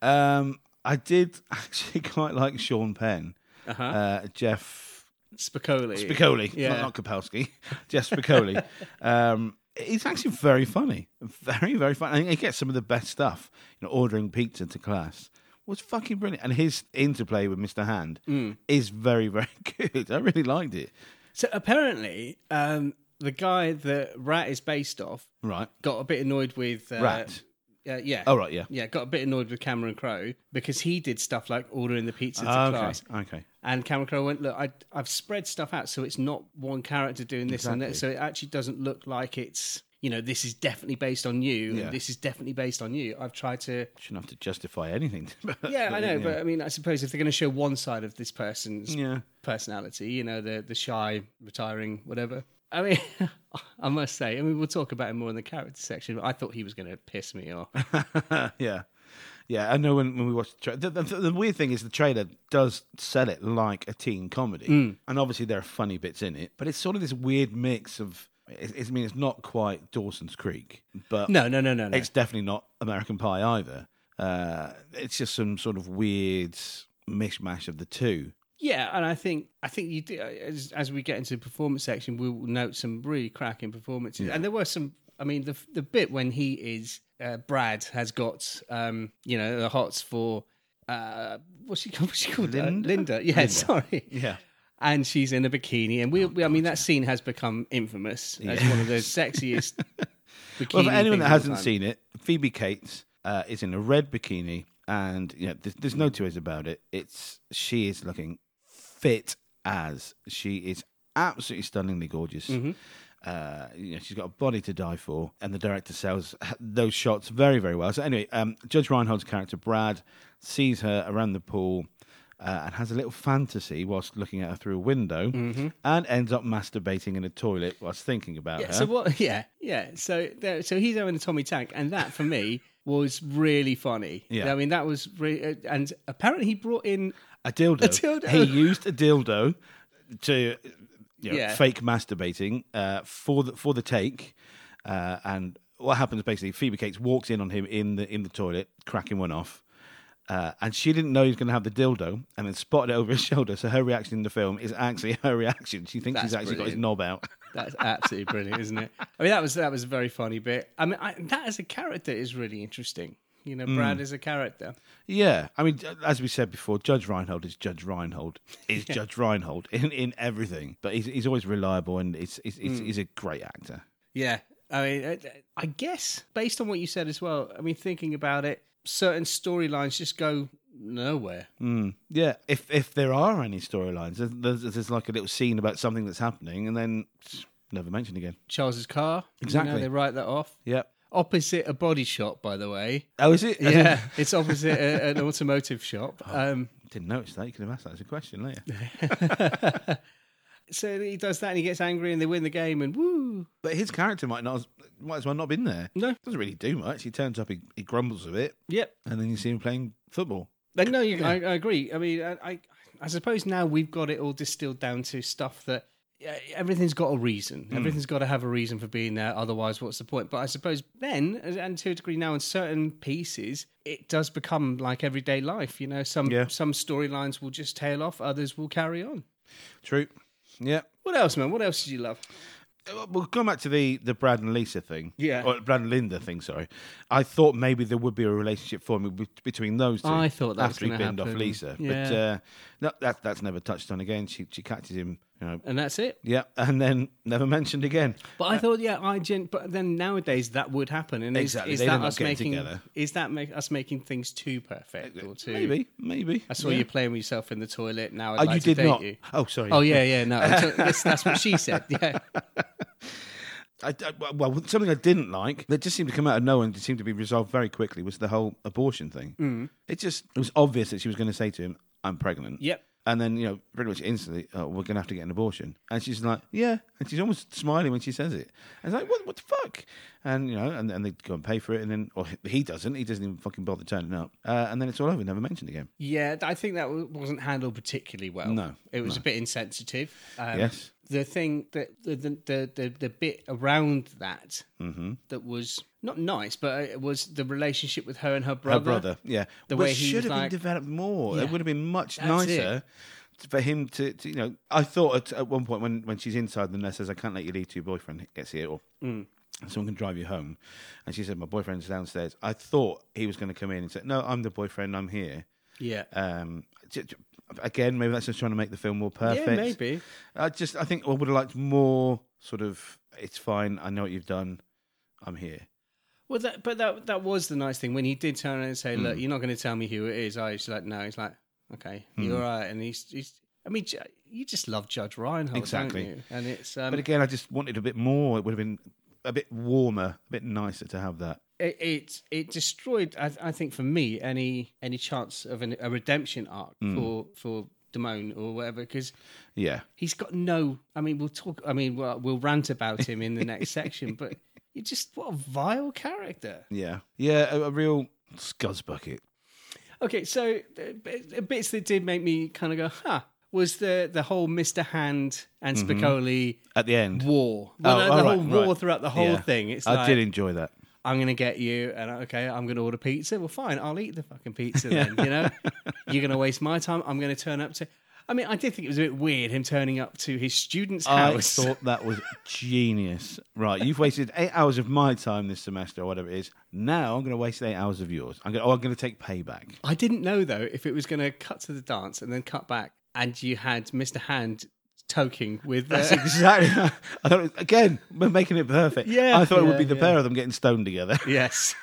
Speaker 1: Um, I did actually quite like Sean Penn, uh-huh. Jeff
Speaker 2: Spicoli.
Speaker 1: Spicoli,
Speaker 2: Yeah.
Speaker 1: not, not Kapowski, Jeff Spicoli. um, he's actually very funny, very very funny. I think he gets some of the best stuff. You know, ordering pizza to class was fucking brilliant, and his interplay with Mr. Hand
Speaker 2: Mm.
Speaker 1: is very very good. I really liked it.
Speaker 2: so apparently, um, the guy that Rat is based off
Speaker 1: Right,
Speaker 2: got a bit annoyed with uh,
Speaker 1: Rat.
Speaker 2: Uh, yeah.
Speaker 1: Oh, right, yeah.
Speaker 2: Yeah, got a bit annoyed with Cameron Crowe because he did stuff like ordering the pizza to
Speaker 1: Ah, okay,
Speaker 2: class.
Speaker 1: okay.
Speaker 2: And Cameron Crowe went, Look, I, I've spread stuff out so it's not one character doing this and that. So it actually doesn't look like it's, you know, this is definitely based on you
Speaker 1: Yeah.
Speaker 2: and this is definitely based on you. I've tried to.
Speaker 1: Shouldn't have to justify anything.
Speaker 2: Yeah, I know. But I mean, I suppose if they're going to show one side of this person's
Speaker 1: yeah.
Speaker 2: personality, you know, the the shy, retiring, whatever. I mean, I must say, I mean, we'll talk about it more in the character section, but I thought he was going to piss me off.
Speaker 1: yeah. Yeah, I know when, when we watched the trailer. The, the, the weird thing is, the trailer does sell it like a teen comedy. And obviously, there are funny bits in it, but it's sort of this weird mix of. It's, it's, I mean, it's not quite Dawson's Creek, but
Speaker 2: No, no, no, no, no.
Speaker 1: it's definitely not American Pie either. Uh, it's just some sort of weird mishmash of the two.
Speaker 2: Yeah, and I think I think you do, uh, as as we get into the performance section, we will note some really cracking performances, and there were some. I mean, the the bit when he is uh, Brad has got um, you know the hots for uh, what's she called? What's she called? Uh,
Speaker 1: Linda?
Speaker 2: Linda. Yeah, sorry.
Speaker 1: Yeah. Oh,
Speaker 2: And she's in a bikini, and we, we I mean, that scene has become infamous as one of the sexiest. bikini
Speaker 1: Well, for anyone that
Speaker 2: things of all
Speaker 1: hasn't
Speaker 2: time.
Speaker 1: seen it, Phoebe Cates uh, is in a red bikini, and you know, there's, there's no two ways about it. It's she is looking fit as she is absolutely stunningly gorgeous.
Speaker 2: Mm-hmm.
Speaker 1: Uh, you know, she's got a body to die for, and the director sells those shots very, very well. So anyway, um, Judge Reinhold's character Brad sees her around the pool. Uh, and has a little fantasy whilst looking at her through a window,
Speaker 2: Mm-hmm.
Speaker 1: and ends up masturbating in a toilet whilst thinking about
Speaker 2: Yeah,
Speaker 1: her.
Speaker 2: so what? Yeah, yeah. So there, so he's having a Tommy Tank, and that for me was really funny.
Speaker 1: Yeah.
Speaker 2: I mean that was really, and apparently he brought in.
Speaker 1: A dildo.
Speaker 2: dildo.
Speaker 1: He used a dildo to you know,
Speaker 2: Yeah.
Speaker 1: fake masturbating uh, for the for the take, uh, and what happens basically? Phoebe Cates walks in on him in the in the toilet, cracking one off. Uh, and she didn't know he was going to have the dildo, and then spotted it over his shoulder. So her reaction in the film is actually her reaction. She thinks he's
Speaker 2: That's
Speaker 1: actually got his
Speaker 2: brilliant.
Speaker 1: knob out.
Speaker 2: That's absolutely brilliant, isn't it? I mean that was that was a very funny bit. I mean I, that as a character is really interesting. You
Speaker 1: Hmm.
Speaker 2: know, Brad as a character.
Speaker 1: Yeah, I mean, as we said before, Judge Reinhold is Judge Reinhold is Judge Reinhold in, in everything. But he's, he's always reliable, and it's, it's, it's,
Speaker 2: Mm.
Speaker 1: he's a great actor.
Speaker 2: Yeah, I mean, I- I guess based on what you said as well. I mean, thinking about it, certain storylines just go nowhere.
Speaker 1: Hmm. Yeah, if if there are any storylines, there's, there's, there's like a little scene about something that's happening, and then it's never mentioned again.
Speaker 2: Charles's car. you know,
Speaker 1: Exactly.
Speaker 2: they write that off.
Speaker 1: Yep.
Speaker 2: Opposite a body shop, by the way.
Speaker 1: Oh, is it? I
Speaker 2: Yeah, it's opposite a, an automotive shop. Um,
Speaker 1: didn't, didn't notice that. You could have asked that as a question later.
Speaker 2: so he does that and he gets angry and they win the game and woo.
Speaker 1: But his character might not might as well not been there.
Speaker 2: No.
Speaker 1: doesn't really do much. He turns up, he, he grumbles a bit,
Speaker 2: Yep.
Speaker 1: and then you see him playing football.
Speaker 2: But no, you, I, I agree. I mean, I, I, I suppose now we've got it all distilled down to stuff that yeah, everything's got a reason. Everything's got to have a reason for being there. Otherwise, what's the point? But I suppose then, and to a degree now, in certain pieces, it does become like everyday life. You know, some
Speaker 1: Yeah.
Speaker 2: some storylines will just tail off, others will carry on.
Speaker 1: True. Yeah.
Speaker 2: What else, man? What else did you love?
Speaker 1: Uh, We'll come back to the, the Brad and Lisa thing.
Speaker 2: Yeah.
Speaker 1: Or Brad and Linda thing, sorry. I thought maybe there would be a relationship forming be- between those two.
Speaker 2: I thought that was
Speaker 1: After he
Speaker 2: gonna
Speaker 1: binned off
Speaker 2: happen.
Speaker 1: Lisa. But
Speaker 2: Yeah.
Speaker 1: uh, no, that, that's never touched on again. She, she catches him You know,
Speaker 2: and that's it.
Speaker 1: yeah, and then never mentioned again.
Speaker 2: But I thought, yeah, I gen- but then nowadays that would happen, and is-
Speaker 1: Exactly,
Speaker 2: is,
Speaker 1: they
Speaker 2: that
Speaker 1: end up
Speaker 2: us
Speaker 1: getting
Speaker 2: making
Speaker 1: together.
Speaker 2: is that make, us making things too perfect or too?
Speaker 1: Maybe, maybe.
Speaker 2: I saw you playing with yourself in the toilet. Now I'd
Speaker 1: Oh,
Speaker 2: like
Speaker 1: you
Speaker 2: to
Speaker 1: did
Speaker 2: date
Speaker 1: not.
Speaker 2: you.
Speaker 1: Oh, sorry.
Speaker 2: Oh yeah, yeah, no, So that's, that's what she said. Yeah,
Speaker 1: I, I- well, something I didn't like that just seemed to come out of nowhere and seemed to be resolved very quickly was the whole abortion thing. Mm. It just it was obvious that she was going to say to him, "I'm pregnant."
Speaker 2: Yep.
Speaker 1: And then you know, pretty much instantly, oh, we're going to have to get an abortion. And she's like, "Yeah," and she's almost smiling when she says it. And it's like, "What? What the fuck?" And you know, and, and they go and pay for it, and then or he doesn't. He doesn't even fucking bother turning up. Uh, and then it's all over, never mentioned again.
Speaker 2: yeah. I think that w- wasn't handled particularly well.
Speaker 1: No,
Speaker 2: it was a bit insensitive. Um,
Speaker 1: Yes.
Speaker 2: the thing that the the the, the, the bit around that
Speaker 1: Mm-hmm.
Speaker 2: that was not nice, but it was the relationship with her and her brother.
Speaker 1: Her brother, yeah.
Speaker 2: The
Speaker 1: Which
Speaker 2: way he
Speaker 1: should
Speaker 2: was
Speaker 1: have
Speaker 2: like-
Speaker 1: been developed more.
Speaker 2: Yeah.
Speaker 1: It would have been much
Speaker 2: That's
Speaker 1: nicer for him to, to, you know. I thought at, at one point when, when she's inside, the nurse says, "I can't let you leave till your boyfriend gets here, or
Speaker 2: Mm.
Speaker 1: someone can drive you home." And she said, "My boyfriend's downstairs." I thought he was going to come in and say, "No, I'm the boyfriend. I'm here."
Speaker 2: Yeah.
Speaker 1: Um, j- j- again, maybe that's just trying to make the film more perfect.
Speaker 2: Yeah, maybe.
Speaker 1: I just, I think I would have liked more sort of. It's fine. I know what you've done. I'm here.
Speaker 2: Well, that, but that that was the nice thing when he did turn around and say,
Speaker 1: Hmm.
Speaker 2: "Look, you're not going to tell me who it is." I was like, "No." He's like, "Okay, you're
Speaker 1: Hmm.
Speaker 2: all right." And he's, he's I mean, Ju- you just love Judge Reinhold,
Speaker 1: Exactly.
Speaker 2: don't you? And it's, um,
Speaker 1: But again, I just wanted a bit more. It would have been a bit warmer, a bit nicer to have that.
Speaker 2: it, it it destroyed. I, I think for me, any any chance of an, a redemption arc
Speaker 1: Hmm.
Speaker 2: for for Damone or whatever, because
Speaker 1: Yeah.
Speaker 2: he's got no. I mean, we'll talk. I mean, we'll, we'll rant about him in the next section, but. You just what a vile character.
Speaker 1: Yeah. Yeah, a, a real scuzzbucket.
Speaker 2: Okay, so uh, b- bits that did make me kind of go, huh, was the the whole Mr. Hand and Spicoli
Speaker 1: At the end.
Speaker 2: war. Well,
Speaker 1: Mm-hmm. Oh,
Speaker 2: no, the
Speaker 1: all right,
Speaker 2: whole war
Speaker 1: right.
Speaker 2: throughout the whole
Speaker 1: Yeah.
Speaker 2: thing. It's
Speaker 1: I
Speaker 2: like,
Speaker 1: did enjoy that.
Speaker 2: I'm going to get you, and okay, I'm going to order pizza. Well, fine, I'll eat the fucking pizza then, you know? You're going to waste my time. I'm going to turn up to. I mean, I did think it was a bit weird him turning up to his student's
Speaker 1: I
Speaker 2: house.
Speaker 1: thought that was genius. Right, you've wasted eight hours of my time this semester or whatever it is. Now I'm going to waste eight hours of yours. I'm going. To, oh, I'm going to take payback.
Speaker 2: I didn't know though if it was going to cut to the dance and then cut back, and you had Mr. Hand toking with uh,
Speaker 1: That's exactly. I thought it was- again, we're making it perfect.
Speaker 2: Yeah.
Speaker 1: I thought it
Speaker 2: Yeah,
Speaker 1: would be the
Speaker 2: yeah.
Speaker 1: pair of them getting stoned together.
Speaker 2: yes.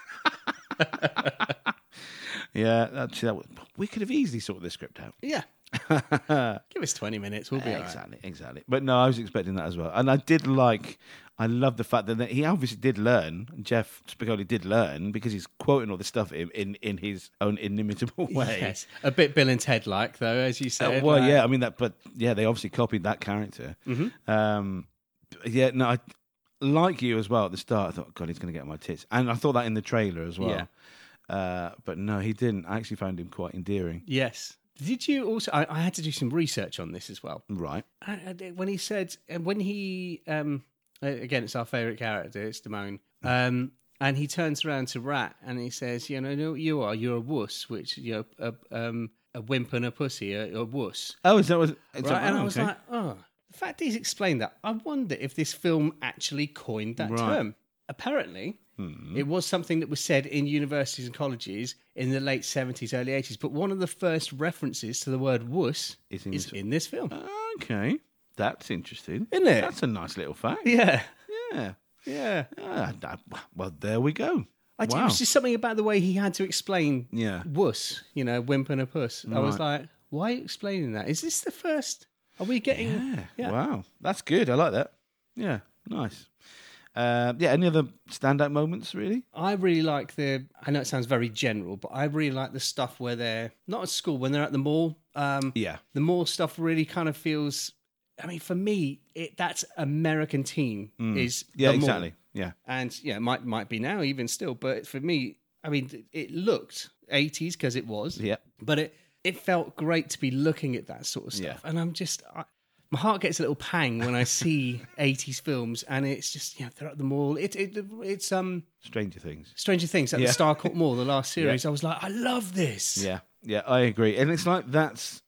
Speaker 1: yeah, that's, that was, we could have easily sorted this script out.
Speaker 2: Yeah. Give us 20 minutes. We'll be all right.
Speaker 1: exactly, exactly. But no, I was expecting that as well, and I did like. I love the fact that he obviously did learn. Jeff Spicoli did learn because he's quoting all this stuff in in, in his own inimitable way.
Speaker 2: Yes. A bit Bill and Ted like, though, as you
Speaker 1: Uh,
Speaker 2: said.
Speaker 1: well,
Speaker 2: like-
Speaker 1: yeah, I mean that, but yeah, they obviously copied that character. Um, but yeah, no, I like you as well at the start. I thought, God, he's going to get my tits, and I thought that in the trailer as well. Uh, but no, he didn't. I actually found him quite endearing.
Speaker 2: Yes. Did you also? I, I had to do some research on this as well.
Speaker 1: Right?
Speaker 2: I- I did- When he said, and when he, um, uh, again, it's our favorite character, it's Damone,
Speaker 1: Hmm.
Speaker 2: um, and he turns around to Rat and he says, "You know, you know what you are. You're a wuss, which you know, a, um, a wimp and a pussy, a, a wuss."
Speaker 1: Oh, is that was? Is
Speaker 2: Right?
Speaker 1: that,
Speaker 2: And
Speaker 1: oh,
Speaker 2: I was
Speaker 1: okay.
Speaker 2: like, oh, the fact he's explained that, I wonder if this film actually coined that
Speaker 1: Right. Hmm.
Speaker 2: term. Apparently, it was something that was said in universities and colleges in the late 70s, early 80s. But one of the first references to the word wuss
Speaker 1: Is
Speaker 2: is
Speaker 1: in
Speaker 2: in,
Speaker 1: this-
Speaker 2: this, film.
Speaker 1: Okay, that's interesting,
Speaker 2: Isn't it?
Speaker 1: That's a nice little fact.
Speaker 2: yeah.
Speaker 1: Yeah.
Speaker 2: Yeah.
Speaker 1: Ah, that- well, there we go.
Speaker 2: I,
Speaker 1: wow.
Speaker 2: It was just something about the way he had to explain
Speaker 1: Yeah.
Speaker 2: wuss, you know, wimp and a puss. I was like, why are you explaining that? Is this the first? Are we getting.
Speaker 1: yeah. Wow. That's good. I like that. Yeah. Nice. Uh, yeah. Any other standout moments, really?
Speaker 2: I really like the. I know it sounds very general, but I really like the stuff where they're not at school when they're at the mall. Um,
Speaker 1: Yeah.
Speaker 2: The mall stuff really kind of feels. I mean, for me, it, that's American teen is
Speaker 1: Mm. Yeah,
Speaker 2: the mall.
Speaker 1: exactly. Yeah.
Speaker 2: and yeah, it might might be now even still, but for me, I mean, it looked eighties because it was.
Speaker 1: Yeah.
Speaker 2: but it it felt great to be looking at that sort of stuff, and I'm just. I, my heart gets a little pang when I see '80s films, and it's just you know they're at the mall. It, it it's um
Speaker 1: Stranger Things.
Speaker 2: Stranger Things at
Speaker 1: Yeah.
Speaker 2: the Starcourt Mall, the last series. I was like, I love this.
Speaker 1: Yeah. Yeah. I agree. And it's like that's.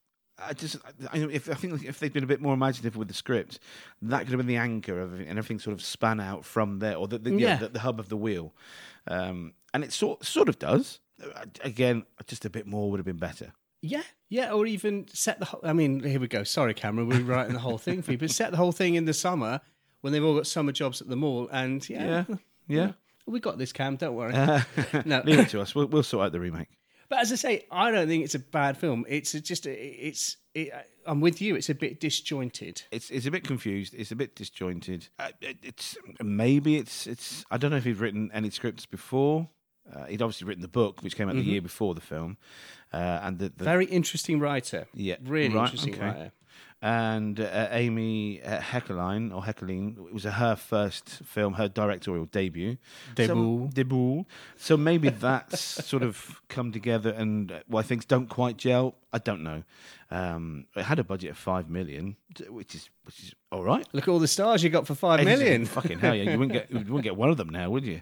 Speaker 1: I just, I, if I think if they'd been a bit more imaginative with the script, that could have been the anchor of everything, and everything sort of span out from there, or the the, yeah.
Speaker 2: Yeah.
Speaker 1: the, the hub of the wheel, um, and it sort sort of does. Uh, Again, just a bit more would have been better.
Speaker 2: Yeah, yeah, or even set the. whole I mean, here we go. Sorry, Cameron, we're writing the whole thing for you, but set the whole thing in the summer when they've all got summer jobs at the mall, and yeah,
Speaker 1: Yeah. Uh-huh. Yeah.
Speaker 2: we got this, Cam. Don't worry. no,
Speaker 1: Leave it to us. We'll, we'll sort out the remake.
Speaker 2: but as I say, I don't think it's a bad film. It's just, it's. It, I'm with you. It's a bit disjointed.
Speaker 1: It's it's a bit confused. It's a bit disjointed. Uh, it- it's maybe it's it's. I don't know if he'd written any scripts before. Uh, he'd obviously written the book, which came out the year before the film, uh, and the, the
Speaker 2: Very interesting writer.
Speaker 1: Yeah,
Speaker 2: really
Speaker 1: right,
Speaker 2: interesting
Speaker 1: okay.
Speaker 2: writer.
Speaker 1: and uh, Amy uh, Heckerline or Heckerline it was her first film, her directorial debut.
Speaker 2: Debut.
Speaker 1: So, debut. So maybe that's sort of come together, and uh, why things don't quite gel. I don't know. Um, it had a budget of five million, which is which is all right.
Speaker 2: Look at all the stars you got for five million.
Speaker 1: Fucking hell, yeah. You wouldn't get you wouldn't get one of them now, would you?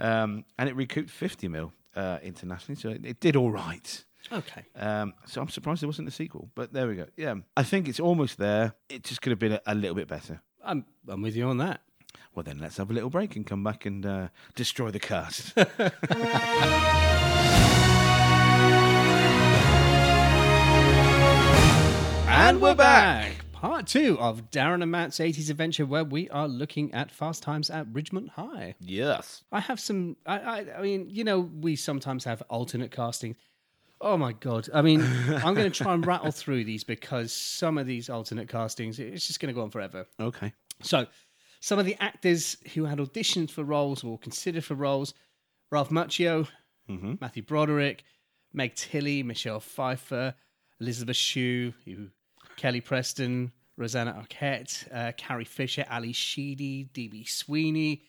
Speaker 1: Um, and it recouped fifty mil uh, internationally, so it, it did all right.
Speaker 2: Okay.
Speaker 1: Um, so I'm surprised there wasn't a sequel, but there we go. Yeah, I think it's almost there. It just could have been a, a little bit better.
Speaker 2: I'm I'm with you on that.
Speaker 1: Well, then let's have a little break and come back and uh, destroy the cast. and we're back.
Speaker 2: Part two of Darren and Matt's 80s adventure, where we are looking at Fast Times at Ridgemont High.
Speaker 1: Yes.
Speaker 2: I have some. I, I, I mean, you know, we sometimes have alternate casting. Oh my god! I mean, I'm going to try and rattle through these because some of these alternate castings, it's just going to go on forever.
Speaker 1: Okay.
Speaker 2: So, some of the actors who had auditions for roles or considered for roles Ralph Macchio, Matthew Broderick, Meg Tilly, Michelle Pfeiffer, Elizabeth Shue, who- Kelly Preston, Rosanna Arquette, uh, Carrie Fisher, Ali Sheedy, DB Sweeney.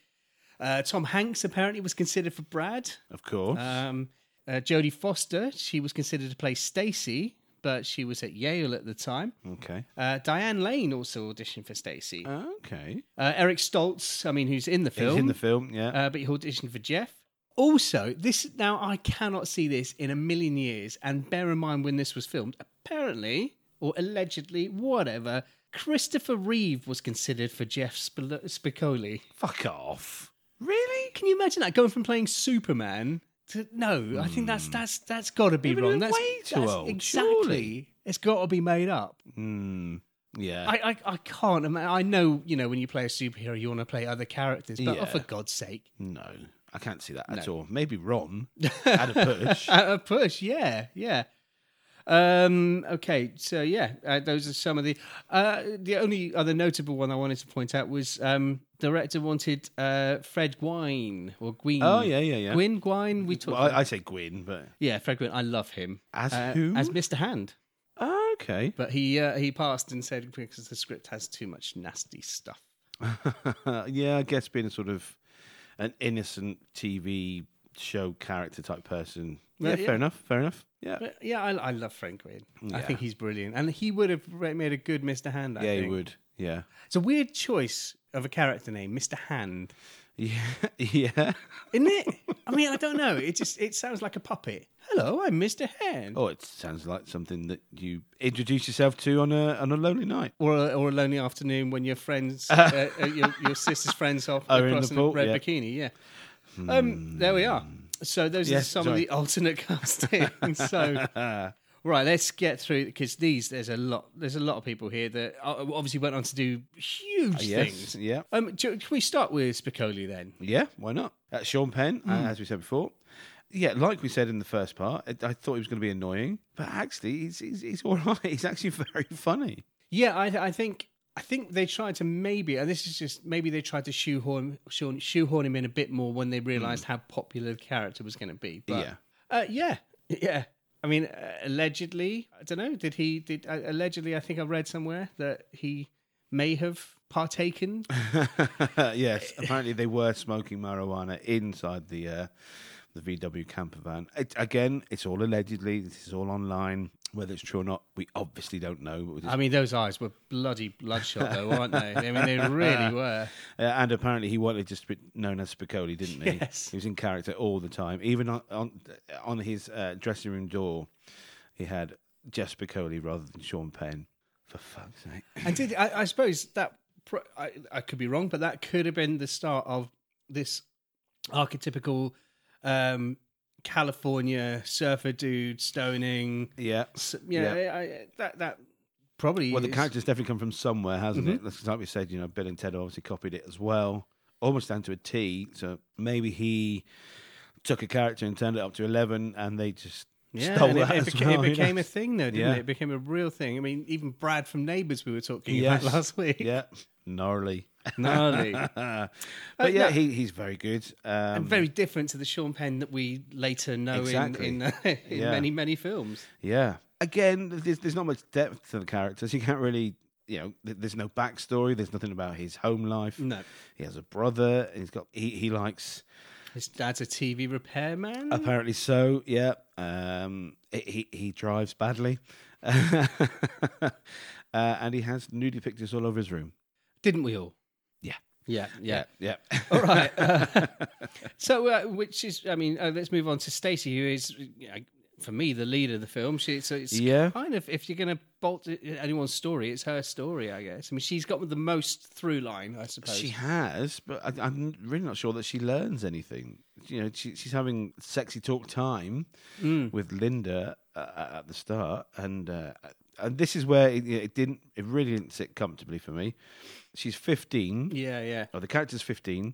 Speaker 2: Uh, Tom Hanks apparently was considered for Brad.
Speaker 1: Of course.
Speaker 2: Um, uh, Jodie Foster, she was considered to play Stacy, but she was at Yale at the time.
Speaker 1: okay.
Speaker 2: Uh, Diane Lane also auditioned for Stacy.
Speaker 1: Okay.
Speaker 2: Uh, Eric Stoltz, I mean, who's in the film,
Speaker 1: He's in the film. Yeah.
Speaker 2: uh, but he auditioned for Jeff. Also, this now I cannot see this in a million years. And bear in mind when this was filmed, apparently or allegedly, whatever, Christopher Reeve was considered for Jeff Spil- Spicoli.
Speaker 1: Fuck off.
Speaker 2: Really? Can you imagine that going from playing Superman to no? I
Speaker 1: Hmm.
Speaker 2: think that's that's that's got to be
Speaker 1: They've
Speaker 2: wrong.
Speaker 1: been
Speaker 2: That's
Speaker 1: way too
Speaker 2: that's
Speaker 1: old,
Speaker 2: Exactly.
Speaker 1: surely.
Speaker 2: It's got to be made up.
Speaker 1: Hmm. yeah.
Speaker 2: I, I, I can't. ima- I know, you know, when you play a superhero, you want to play other characters, but oh,
Speaker 1: Yeah.
Speaker 2: for God's sake.
Speaker 1: no, I can't see that at all. Maybe Ron had a push.
Speaker 2: At a push, yeah, yeah. Um, okay, so yeah, uh, those are some of the. Uh, the only other notable one I wanted to point out was um, director wanted uh, Fred Gwynne or Gwyn.
Speaker 1: Oh, yeah, yeah, yeah.
Speaker 2: Gwyn Gwyn. We talked.
Speaker 1: Well,
Speaker 2: about
Speaker 1: I, I say Gwyn, but
Speaker 2: yeah, Fred Gwynne. I love him
Speaker 1: as
Speaker 2: Uh,
Speaker 1: who?
Speaker 2: as Mr. Hand,
Speaker 1: okay.
Speaker 2: but he uh, he passed and said because the script has too much nasty stuff.
Speaker 1: yeah, I guess being a sort of an innocent TV show character type person. Yeah,
Speaker 2: Yeah, yeah.
Speaker 1: fair enough. Fair enough. Yeah.
Speaker 2: But yeah, I, I love Frank Green. I
Speaker 1: Yeah.
Speaker 2: think he's brilliant, and he would have re- made a good Mr. Hand. I
Speaker 1: yeah,
Speaker 2: think.
Speaker 1: he would. Yeah.
Speaker 2: It's a weird choice of a character name, Mr. Hand,
Speaker 1: Yeah. yeah.
Speaker 2: isn't it? I mean, I don't know. It just it sounds like a puppet. Hello, I'm Mr. Hand,
Speaker 1: Oh, it sounds like something that you introduce yourself to on a on a lonely night.
Speaker 2: or a, or a lonely afternoon when your friends, uh, uh, your, your sister's friends, are
Speaker 1: Are in
Speaker 2: across
Speaker 1: the
Speaker 2: in a
Speaker 1: pool,
Speaker 2: red
Speaker 1: yeah.
Speaker 2: bikini. Yeah. Um. There we are. So those are
Speaker 1: Yes,
Speaker 2: some of
Speaker 1: sorry.
Speaker 2: the alternate castings. so. Right, let's get through because these there's a lot there's a lot of people here that o- obviously went on to do huge
Speaker 1: Ah, Yes.
Speaker 2: things.
Speaker 1: Yeah.
Speaker 2: Um, do, can we start with Spicoli then?
Speaker 1: Yeah, why not? Uh, Sean Penn, uh, as we said before. Yeah, like we said in the first part, I, I thought he was going to be annoying, but actually, he's, he's, he's all right. He's actually very funny.
Speaker 2: Yeah, I, I think I think they tried to maybe, and this is just maybe they tried to shoehorn shoehorn, shoehorn him in a bit more when they realised how popular the character was going to be. But,
Speaker 1: Hmm. Yeah.
Speaker 2: uh, yeah, yeah. I mean, uh, allegedly, I don't know. Did he? Did uh, allegedly? I think I read somewhere that he may have partaken.
Speaker 1: uh, yes, apparently they were smoking marijuana inside the uh, the VW camper van. It, again, it's all allegedly. This is all online. Whether it's true or not, we obviously don't know. But we're just
Speaker 2: I mean, those eyes were bloody bloodshot, though, weren't they? I mean, they really were.
Speaker 1: Uh, and apparently, he wanted just to be known as Spicoli, didn't he?
Speaker 2: Yes.
Speaker 1: He was in character all the time. Even on on, on his uh, dressing room door, he had Jeff Spicoli rather than Sean Penn. For fuck's sake.
Speaker 2: And did I, I suppose that pro- I, I could be wrong, but that could have been the start of this archetypical um, California surfer dude stoning.
Speaker 1: Yeah.
Speaker 2: S- yeah, I, I, that that probably.
Speaker 1: Well, the
Speaker 2: is- Mm-hmm.
Speaker 1: character's definitely come from somewhere, hasn't it? That's Like we said, you know, Bill and Ted obviously copied it as well, almost down to a T. So maybe he took a character and turned it up to 11 and they just
Speaker 2: Yeah,
Speaker 1: stole
Speaker 2: and it,
Speaker 1: that
Speaker 2: it
Speaker 1: as
Speaker 2: beca-
Speaker 1: well,
Speaker 2: it
Speaker 1: you know?
Speaker 2: became a thing, though, didn't
Speaker 1: Yeah.
Speaker 2: it? It became a real thing. I mean, even Brad from Neighbours, we were talking
Speaker 1: Yes.
Speaker 2: about last week.
Speaker 1: Yeah. Gnarly.
Speaker 2: Gnarly.
Speaker 1: but
Speaker 2: Uh,
Speaker 1: yeah,
Speaker 2: no.
Speaker 1: he, he's very good. Um,
Speaker 2: and very different to the Sean Penn that we later know
Speaker 1: Exactly.
Speaker 2: in in, in
Speaker 1: Yeah.
Speaker 2: many many films.
Speaker 1: Yeah. Again, there's, there's not much depth to the characters. You can't really, you know, th- there's no backstory. There's nothing about his home life.
Speaker 2: No,
Speaker 1: He has a brother. And he's got, he, he likes,
Speaker 2: his dad's a TV repairman.
Speaker 1: apparently so. Yeah. Um, he, he- he drives badly. uh, and he has nudie pictures all over his room.
Speaker 2: Didn't we all?
Speaker 1: Yeah.
Speaker 2: Yeah, yeah.
Speaker 1: Yeah.
Speaker 2: all right. Uh, so, uh, which is, I mean, uh, let's move on to Stacey, who is, you know, for me, the lead of the film. She, it's, it's
Speaker 1: Yeah.
Speaker 2: kind of, if you're going to bolt it- anyone's story, it's her story, I guess. I mean, she's got the most through line, I suppose.
Speaker 1: She has, but I, I'm really not sure that she learns anything. You know, she, she's having sexy talk time with Linda uh, at the start, and uh, and this is where it, it didn't, it really didn't sit comfortably for me. She's 15,
Speaker 2: yeah, yeah.
Speaker 1: or the character's 15.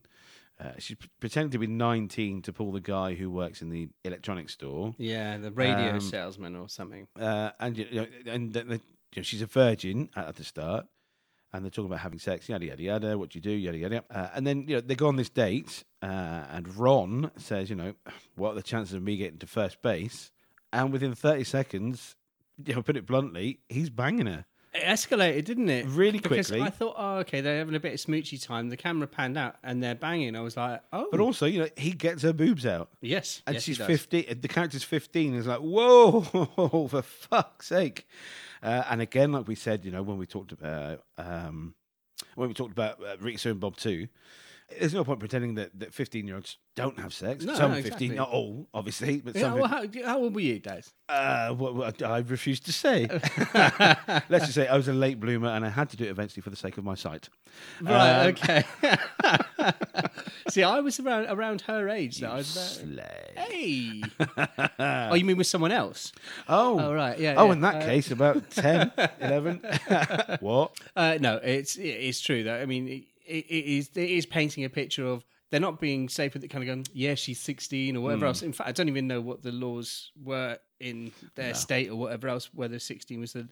Speaker 1: Uh, she's p- pretending to be 19 to pull the guy who works in the electronics store,
Speaker 2: Yeah, the radio
Speaker 1: Um,
Speaker 2: salesman or something.
Speaker 1: uh, and you know, and th- th- you know, she's a virgin at, at the start, and they're talking about having sex, yada yada yada. What do you do, yada yada. yada. Uh, and then you know they go on this date, uh, and Ron says, you know, what are the chances of me getting to first base? And within thirty seconds, you know, put it bluntly, he's banging her.
Speaker 2: It escalated, didn't it?
Speaker 1: Really
Speaker 2: because
Speaker 1: quickly.
Speaker 2: I thought, oh, okay, they're having a bit of smoochy time. The camera panned out and they're banging. I was like, oh,
Speaker 1: But also, you know, he gets her boobs out.
Speaker 2: yes.
Speaker 1: And
Speaker 2: yes, he
Speaker 1: she's
Speaker 2: does.
Speaker 1: 15. The character's 15. Is like, whoa, for fuck's sake. Uh, and again, like we said, you know, when we talked about um, when we talked about uh, Ritsu and Bob too, there's no point pretending that that 15 year olds don't have sex.
Speaker 2: No,
Speaker 1: some
Speaker 2: no,
Speaker 1: 15,
Speaker 2: exactly.
Speaker 1: not all, obviously, but
Speaker 2: Yeah,
Speaker 1: some.
Speaker 2: well, how, how old were you, Dad?
Speaker 1: Uh, what, what- I refuse to say. Let's just say I was a late bloomer and I had to do it eventually for the sake of my sight.
Speaker 2: Right.
Speaker 1: Um,
Speaker 2: okay. See, I was around around her age. Though. I was about-
Speaker 1: Slay.
Speaker 2: hey. oh, you mean with someone else?
Speaker 1: Oh,
Speaker 2: Oh, right. Yeah.
Speaker 1: Oh,
Speaker 2: yeah.
Speaker 1: in that
Speaker 2: Uh,
Speaker 1: case, about 10, 11. what?
Speaker 2: Uh, no, it's it is true though. I mean, it, it, it is it is painting a picture of they're not being safe with it. Kind of going, yeah, she's sixteen or
Speaker 1: Hmm.
Speaker 2: whatever else. In fact, I don't even know what the laws were in their state or whatever else. Whether sixteen was the,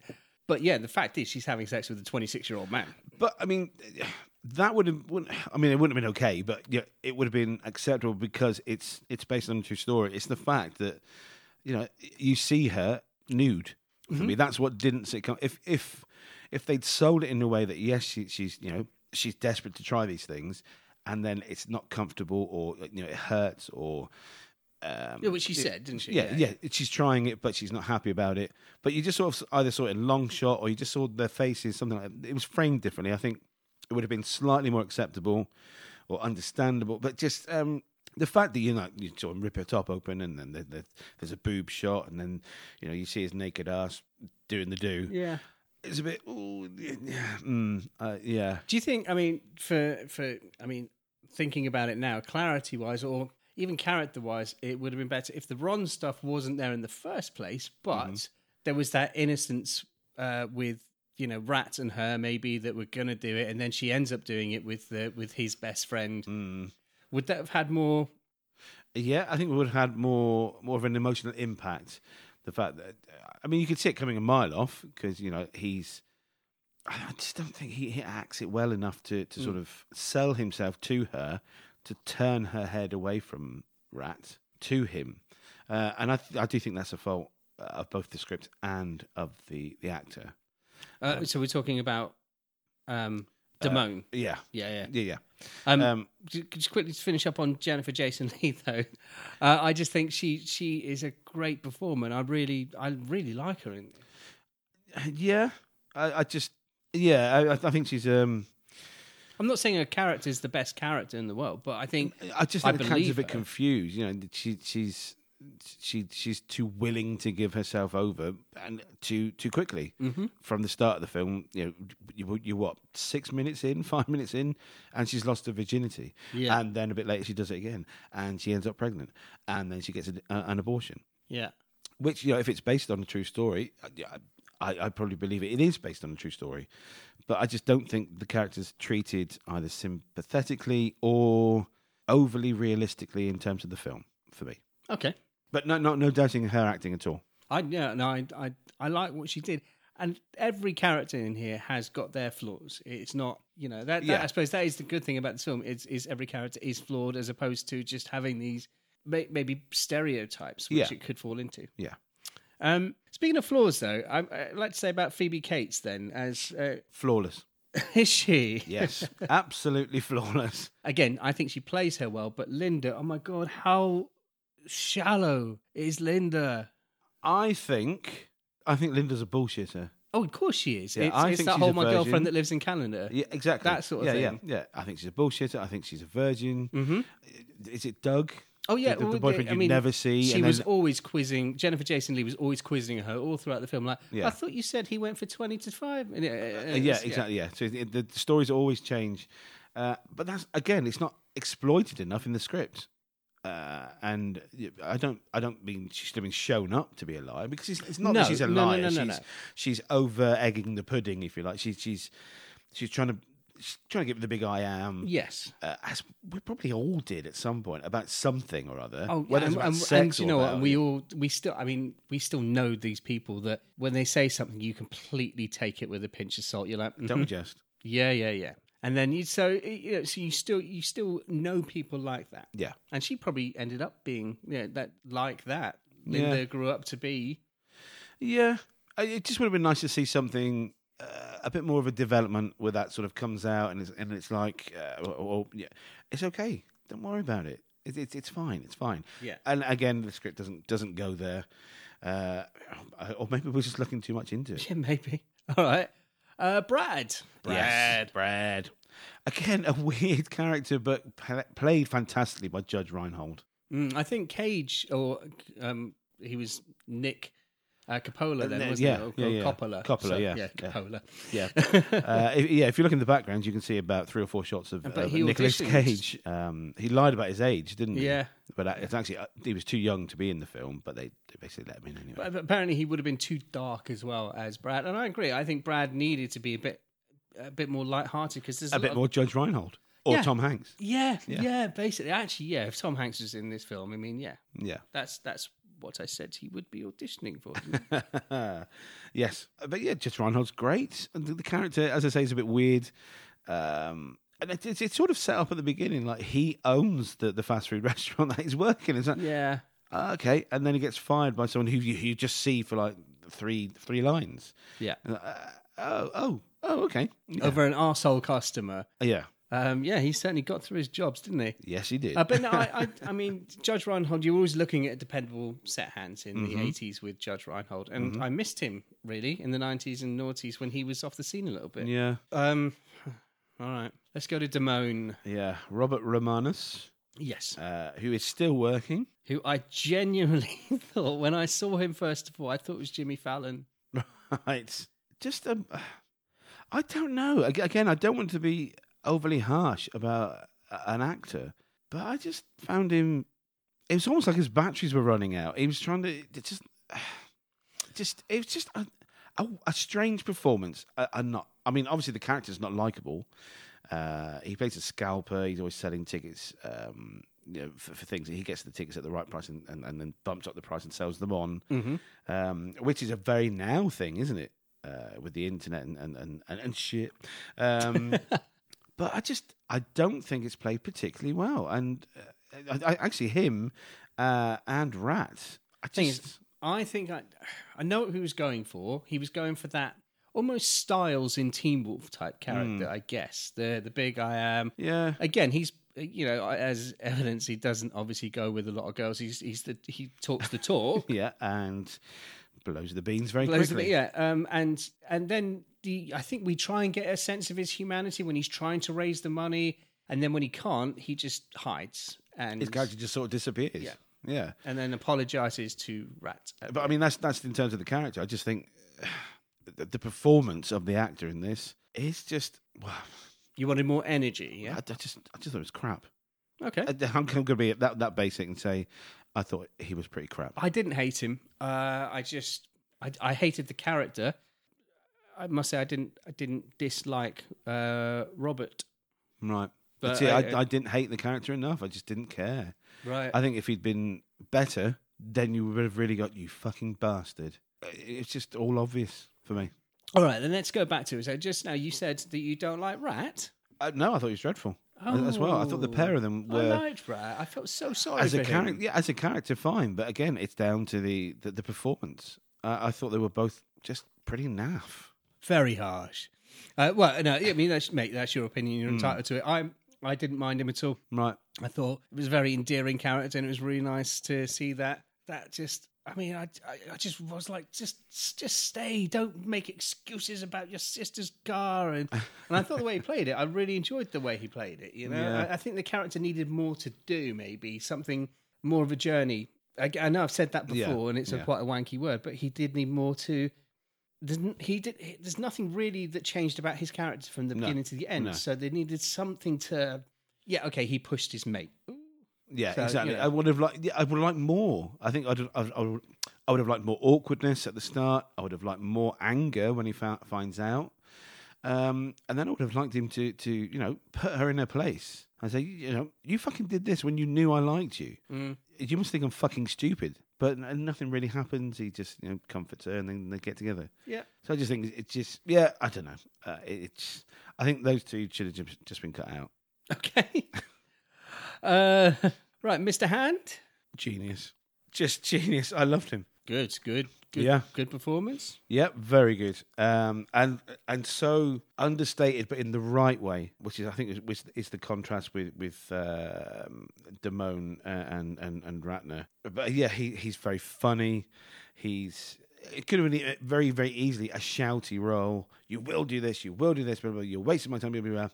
Speaker 2: but yeah, the fact is she's having sex with a twenty-six-year-old man.
Speaker 1: But I mean, that would have. Wouldn't, I mean, it wouldn't have been okay, but yeah, it would have been acceptable because it's it's based on a true story. It's the fact that you know you see her nude. For me, that's what didn't sit. com- If if if they'd sold it in a way that yes, she, she's you know she's desperate to try these things, and then it's not comfortable or you know it hurts or. Um,
Speaker 2: Yeah, which she said, didn't she?
Speaker 1: yeah, yeah, She's trying it, but she's not happy about it. But you just sort of either saw it in long shot or you just saw their faces, something like It was framed differently. I think it would have been slightly more acceptable or understandable. But just um, the fact that you know you sort of rip her top open and then there- there- there's a boob shot and then you know you see his naked ass doing the do.
Speaker 2: yeah.
Speaker 1: It's a bit, ooh, yeah, mm, uh, yeah.
Speaker 2: Do you think? I mean, for for I mean, thinking about it now, clarity wise, or even character wise, it would have been better if the Ron stuff wasn't there in the first place. But there was that innocence uh, with you know Rat and her maybe that were gonna do it, and then she ends up doing it with the with his best friend.
Speaker 1: Mm.
Speaker 2: Would that have had more?
Speaker 1: Yeah, I think we would have had more more of an emotional impact. The fact that I mean, you could see it coming a mile off because you know he's. I just don't think he, he acts it well enough to to sort of sell himself to her, to turn her head away from Rat to him, uh, and I th- I do think that's a fault uh, of both the script and of the the actor.
Speaker 2: Uh, so we're talking about um, Damone.
Speaker 1: Yeah,
Speaker 2: yeah, yeah.
Speaker 1: yeah, yeah.
Speaker 2: Um,
Speaker 1: Um,
Speaker 2: ju- just quickly to finish up on Jennifer Jason Lee though, uh, I just think she she is a great performer. And I really I really like her. In,
Speaker 1: yeah. I, I just yeah. I, I think she's um.
Speaker 2: I'm not saying her character is the best character in the world, but I think
Speaker 1: I just
Speaker 2: I
Speaker 1: think the characters
Speaker 2: believe
Speaker 1: a bit
Speaker 2: her.
Speaker 1: confused. You know, she she's she she's too willing to give herself over and too too quickly
Speaker 2: Mm-hmm.
Speaker 1: from the start of the film. You know, you you what six minutes in, five minutes in, and she's lost her virginity.
Speaker 2: Yeah.
Speaker 1: And then a bit later, she does it again, and she ends up pregnant, and then she gets a, a- an abortion.
Speaker 2: Yeah.
Speaker 1: Which you know, if it's based on a true story, I, I I probably believe it. It is based on a true story, but I just don't think the characters treated either sympathetically or overly realistically in terms of the film for me.
Speaker 2: Okay.
Speaker 1: But no, no, no doubting her acting at all.
Speaker 2: I yeah, no, I, I I like what she did, and every character in here has got their flaws. It's not you know that, that
Speaker 1: Yeah.
Speaker 2: I suppose that is the good thing about this film is is every character is flawed as opposed to just having these may, maybe stereotypes which
Speaker 1: Yeah.
Speaker 2: it could fall into.
Speaker 1: Yeah.
Speaker 2: Um, speaking of flaws, though, I, I'd like to say about Phoebe Cates. Then, as uh,
Speaker 1: Flawless.
Speaker 2: is she
Speaker 1: Yes. Absolutely flawless.
Speaker 2: again? I think she plays her well, but Linda, oh my god, how shallow is Linda?
Speaker 1: I think I think Linda's a bullshitter.
Speaker 2: Oh, of course she is.
Speaker 1: Yeah,
Speaker 2: it's
Speaker 1: I
Speaker 2: it's
Speaker 1: think
Speaker 2: that
Speaker 1: she's
Speaker 2: whole
Speaker 1: a
Speaker 2: my
Speaker 1: virgin.
Speaker 2: girlfriend that lives in Canada.
Speaker 1: Yeah, exactly.
Speaker 2: That sort of
Speaker 1: yeah,
Speaker 2: thing.
Speaker 1: Yeah, yeah. I think she's a bullshitter. I think she's a virgin.
Speaker 2: Mm-hmm.
Speaker 1: Is it Doug?
Speaker 2: Oh yeah,
Speaker 1: the, the
Speaker 2: well, they-
Speaker 1: boyfriend
Speaker 2: I
Speaker 1: you
Speaker 2: mean,
Speaker 1: never see.
Speaker 2: She
Speaker 1: and
Speaker 2: was
Speaker 1: then-
Speaker 2: always quizzing Jennifer Jason Lee was always quizzing her all throughout the film. Like,
Speaker 1: Yeah.
Speaker 2: I thought you said he went for twenty to five. And, uh,
Speaker 1: Uh, yeah, exactly. Yeah. So the, the stories always change, uh, but that's again, it's not exploited enough in the script. Uh, and y- I don't, I don't mean she's been shown up to be a liar because it's, it's not that
Speaker 2: No,
Speaker 1: she's a
Speaker 2: no, no,
Speaker 1: liar.
Speaker 2: no, no, no.
Speaker 1: she's she's over egging the pudding, if you like. She's she's she's trying to she's trying to get the big I am.
Speaker 2: Yes.
Speaker 1: Uh, as we probably all did at some point about something or other.
Speaker 2: Oh,
Speaker 1: whether
Speaker 2: and,
Speaker 1: it's about
Speaker 2: and,
Speaker 1: sex
Speaker 2: and you
Speaker 1: or
Speaker 2: know what?
Speaker 1: about-
Speaker 2: We all we still. I mean, we still know these people that when they say something, you completely take it with a pinch of salt. You're like, "Mhm,
Speaker 1: don't we just
Speaker 2: yeah, yeah, yeah. And then you so you know, so you still you still know people like that.
Speaker 1: yeah.
Speaker 2: And she probably ended up being yeah that like that.
Speaker 1: Yeah.
Speaker 2: Linda grew up to be
Speaker 1: Yeah, I- it just would have been nice to see something uh, a bit more of a development where that sort of comes out and it's and it's like, uh, or, or- yeah, it's okay. Don't worry about it. It's it's it's fine. It's fine.
Speaker 2: Yeah.
Speaker 1: And again, the script doesn't doesn't go there, uh, or maybe we're just looking too much into it.
Speaker 2: Yeah, maybe. All right. Uh, Brad.
Speaker 1: Yes, Brad. Again, a weird character, but pla- played fantastically by Judge Reinhold.
Speaker 2: Mm, I think Cage, or um, he was Nick uh, Coppola then,
Speaker 1: Uh,
Speaker 2: wasn't
Speaker 1: yeah,
Speaker 2: he? Or,
Speaker 1: yeah,
Speaker 2: or
Speaker 1: yeah.
Speaker 2: Coppola.
Speaker 1: Coppola, yeah,
Speaker 2: Yeah,
Speaker 1: yeah.
Speaker 2: Coppola.
Speaker 1: Yeah. uh, if, yeah, if you look in the background, you can see about three or four shots of,
Speaker 2: But
Speaker 1: of
Speaker 2: he
Speaker 1: Nicolas
Speaker 2: auditioned.
Speaker 1: Cage. Um, he lied about his age, didn't he?
Speaker 2: Yeah.
Speaker 1: But it's actually, uh, he was too young to be in the film, but they, they basically let him in anyway.
Speaker 2: But apparently he would have been too dark as well as Brad. And I agree. I think Brad needed to be a bit a bit more lighthearted because there's a,
Speaker 1: a bit
Speaker 2: lot of-
Speaker 1: more Judge Reinhold or
Speaker 2: Yeah.
Speaker 1: Tom Hanks.
Speaker 2: yeah, yeah,
Speaker 1: Yeah.
Speaker 2: basically. Actually, yeah, if Tom Hanks was in this film, I mean, yeah,
Speaker 1: Yeah.
Speaker 2: that's that's what I said he would be auditioning for.
Speaker 1: yes. But yeah, Judge Reinhold's great. And the- the character, as I say, is a bit weird. Um, and it- it's, it's sort of set up at the beginning like he owns the, the fast food restaurant that he's working. It's like, "Ah,
Speaker 2: yeah.
Speaker 1: okay. And then he gets fired by someone who you, who you just see for like three three lines.
Speaker 2: Yeah.
Speaker 1: Uh, oh, oh, oh, okay. Yeah.
Speaker 2: Over an arsehole customer.
Speaker 1: yeah.
Speaker 2: Um, yeah, he certainly got through his jobs, didn't he?
Speaker 1: Yes, he did.
Speaker 2: Uh, but no, I, I, I mean, Judge Reinhold, you're always looking at dependable set hands in
Speaker 1: Mm-hmm.
Speaker 2: the 80s with Judge Reinhold. And I missed him, really, in the 90s and noughties when he was off the scene a little bit.
Speaker 1: yeah.
Speaker 2: Um, all right. Let's go to Damone.
Speaker 1: Yeah. Robert Romanus,
Speaker 2: Yes.
Speaker 1: uh, who is still working.
Speaker 2: Who I genuinely thought, when I saw him first of all, I thought it was Jimmy Fallon.
Speaker 1: Right. Just, um, I don't know. Ag- Again, I don't want to be overly harsh about a- an actor, but I just found him. It was almost like his batteries were running out. He was trying to it just, just it was just a, a, a strange performance. A- And not, I mean, obviously the character's not likable. Uh, he plays a scalper. He's always selling tickets. Um, you know, for, for things he gets the tickets at the right price and, and, and then bumps up the price and sells them on
Speaker 2: Mm-hmm.
Speaker 1: um, which is a very now thing, isn't it? Uh, with the internet and and and, and, and shit. Um, but I just I don't think it's played particularly well, and uh, I, I, actually him uh, and Rat. I
Speaker 2: Thing is-
Speaker 1: just
Speaker 2: I think I, I know what he was going for. He was going for that almost Styles in Teen Wolf type character,
Speaker 1: Mm.
Speaker 2: I guess. The the big I am.
Speaker 1: yeah
Speaker 2: Again, he's you know as evidence he doesn't obviously go with a lot of girls. He's he's the he talks the talk.
Speaker 1: yeah and blows the beans very
Speaker 2: Blows the
Speaker 1: quickly.
Speaker 2: bit- yeah, um, and and then the I think we try and get a sense of his humanity when he's trying to raise the money, and then when he can't, he just hides. And
Speaker 1: His character just sort of disappears.
Speaker 2: Yeah.
Speaker 1: Yeah.
Speaker 2: and then apologizes to Rat.
Speaker 1: Uh, But I mean, that's that's in terms of the character. I just think the, the performance of the actor in this is just. Well,
Speaker 2: you wanted more energy,
Speaker 1: I,
Speaker 2: yeah?
Speaker 1: I just I just thought it was crap.
Speaker 2: Okay.
Speaker 1: I, I'm going to be that that basic and say I thought he was pretty crap.
Speaker 2: I didn't hate him. Uh, I just I, I hated the character. I must say I didn't I didn't dislike uh, Robert.
Speaker 1: Right.
Speaker 2: But
Speaker 1: But see, I,
Speaker 2: I-
Speaker 1: I, didn't hate the character enough. I just didn't care.
Speaker 2: Right.
Speaker 1: I think if he'd been better, then you would have really got you fucking bastard. It's just all obvious for me.
Speaker 2: All right, then let's go back to it. So just now you said that you don't like Rat.
Speaker 1: Uh, no, I thought he was dreadful as well. I thought the pair of them were.
Speaker 2: Oh. I liked Rat. I felt so sorry
Speaker 1: as
Speaker 2: for
Speaker 1: a
Speaker 2: him.
Speaker 1: character, yeah, as a character, fine. But again, it's down to the the, the performance. Uh, I thought they were both just pretty naff.
Speaker 2: Very harsh. Uh, well, no, I mean that's mate, that's your opinion. You're entitled to it. I I didn't mind him at all.
Speaker 1: Right.
Speaker 2: I thought it was a very endearing character, and it was really nice to see that. That just, I mean, I, I, I just was like, just, just stay. Don't make excuses about your sister's car. And and I thought the way he played it, I really enjoyed the way he played it. You know,
Speaker 1: Yeah.
Speaker 2: I, I think the character needed more to do, maybe something more of a journey. I, I know I've said that
Speaker 1: Yeah,
Speaker 2: before, and it's a,
Speaker 1: yeah.
Speaker 2: quite a wanky word, but he did need more to. There's, n- he did. he- There's nothing really that changed about his character from the beginning to the end.
Speaker 1: no.
Speaker 2: So they needed something to. Yeah, okay. He pushed his mate.
Speaker 1: Yeah,
Speaker 2: So,
Speaker 1: exactly.
Speaker 2: you know.
Speaker 1: I would have liked. Yeah, I would have liked more. I think I'd, I'd, I would. I would have liked more awkwardness at the start. I would have liked more anger when he fa- finds out. Um, and then I would have liked him to, to you know, put her in her place and say, you know, you fucking did this when you knew I liked you.
Speaker 2: Mm.
Speaker 1: You must think I'm fucking stupid. But n- nothing really happens. He just you know comforts her and then they get together.
Speaker 2: Yeah.
Speaker 1: So I just think it's just yeah. I don't know. Uh, it- it's. I think those two should have ju- just been cut out.
Speaker 2: Okay. uh, right, Mr. Hand.
Speaker 1: Genius. Just genius. I loved him.
Speaker 2: Good, good, good.
Speaker 1: Yeah.
Speaker 2: Good performance.
Speaker 1: Yep, very good. Um, and and so understated, but in the right way, which is I think is, which is the contrast with with um Damone uh, and and and Ratner. But yeah, he he's very funny. He's it could have been a- very very easily a shouty role. You will do this. You will do this. Blah, blah, blah, you're wasting my time. Blah, blah, blah.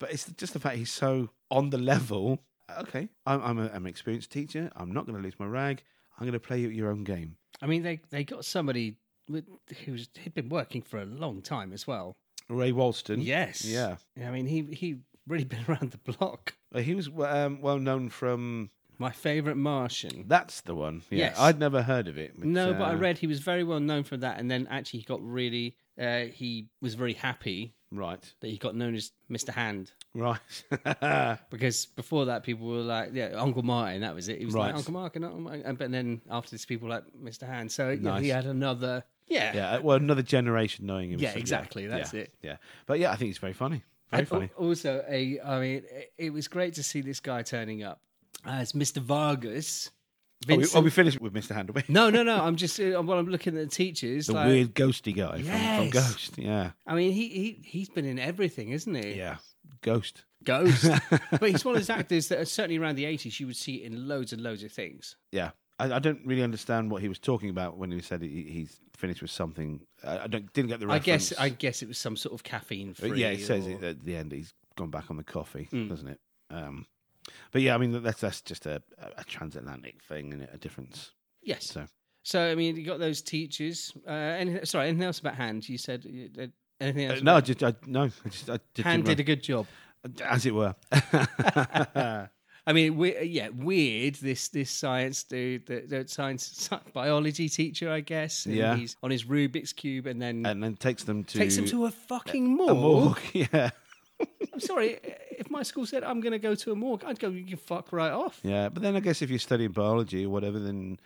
Speaker 1: But it's just the fact he's so on the level. Okay, I'm I'm, a, I'm an experienced teacher. I'm not going to lose my rag. I'm going to play you at your own game.
Speaker 2: I mean, they they got somebody with, who's had been working for a long time as well.
Speaker 1: Ray Walston.
Speaker 2: Yes.
Speaker 1: Mm. Yeah.
Speaker 2: I mean, he he really been around the block.
Speaker 1: Uh, He was um, well known from.
Speaker 2: My favorite Martian.
Speaker 1: That's the one. Yeah,
Speaker 2: Yes.
Speaker 1: I'd never heard of it.
Speaker 2: No, but I
Speaker 1: uh,
Speaker 2: read he was very well known for that, and then actually he got really uh, he was very happy
Speaker 1: Right,
Speaker 2: that he got known as Mr. Hand.
Speaker 1: right.
Speaker 2: Because before that, people were like, "Yeah, Uncle Martin." That was it. He was like
Speaker 1: Right.
Speaker 2: Uncle Martin, Uncle Martin. And- But then after this, people were like Mr. Hand. So yeah,
Speaker 1: Nice.
Speaker 2: he had another. Yeah,
Speaker 1: yeah, uh, well, another generation knowing him.
Speaker 2: Yeah,
Speaker 1: so,
Speaker 2: exactly, that's
Speaker 1: yeah,
Speaker 2: it. Oh,
Speaker 1: Yeah, but yeah, I think he's very funny. Very
Speaker 2: And al-
Speaker 1: funny.
Speaker 2: Also, a. I mean, it- it was great to see this guy turning up as Mr. Vargas.
Speaker 1: Oh, we,
Speaker 2: Vincent.
Speaker 1: oh, we finished with Mr. Handaway,
Speaker 2: no, no, no. I'm just uh, while I'm looking at the teachers.
Speaker 1: the
Speaker 2: like,
Speaker 1: weird ghosty guy from, from
Speaker 2: Yes.
Speaker 1: Ghost. Yeah,
Speaker 2: I mean, he he he's been in everything, isn't he?
Speaker 1: yeah, Ghost.
Speaker 2: Ghost. but he's one of those actors that are certainly around the '80s. You would see in loads and loads of things.
Speaker 1: Yeah, I, I don't really understand what he was talking about when he said he, he's finished with something. I, I don't didn't get the
Speaker 2: I
Speaker 1: reference.
Speaker 2: guess I guess it was some sort of caffeine
Speaker 1: But
Speaker 2: free.
Speaker 1: Yeah, it says
Speaker 2: or- Hmm.
Speaker 1: it at the end. He's gone back on the coffee, doesn't it? Um, but yeah, I mean that's that's just a, a transatlantic thing and a difference. Uh,
Speaker 2: Yes.
Speaker 1: So-
Speaker 2: So, I mean, you got those teachers. Uh, anything, sorry, anything else about Hand? You said uh, anything
Speaker 1: Uh,
Speaker 2: else?
Speaker 1: no, I
Speaker 2: about-
Speaker 1: just I, no, I just I just
Speaker 2: Hand did a
Speaker 1: didn't
Speaker 2: good job.
Speaker 1: re- as it were.
Speaker 2: I mean, we, uh, yeah, weird. This this science dude, the, the science sci- biology teacher, I guess. and
Speaker 1: Yeah.
Speaker 2: he's on his Rubik's cube, and then
Speaker 1: and then takes them to
Speaker 2: takes him to a fucking morgue.
Speaker 1: a morgue. Yeah,
Speaker 2: I'm sorry, if my school said I'm going to go to a morgue, I'd go. You can fuck right off.
Speaker 1: yeah. But then I guess if you're studying biology or whatever, then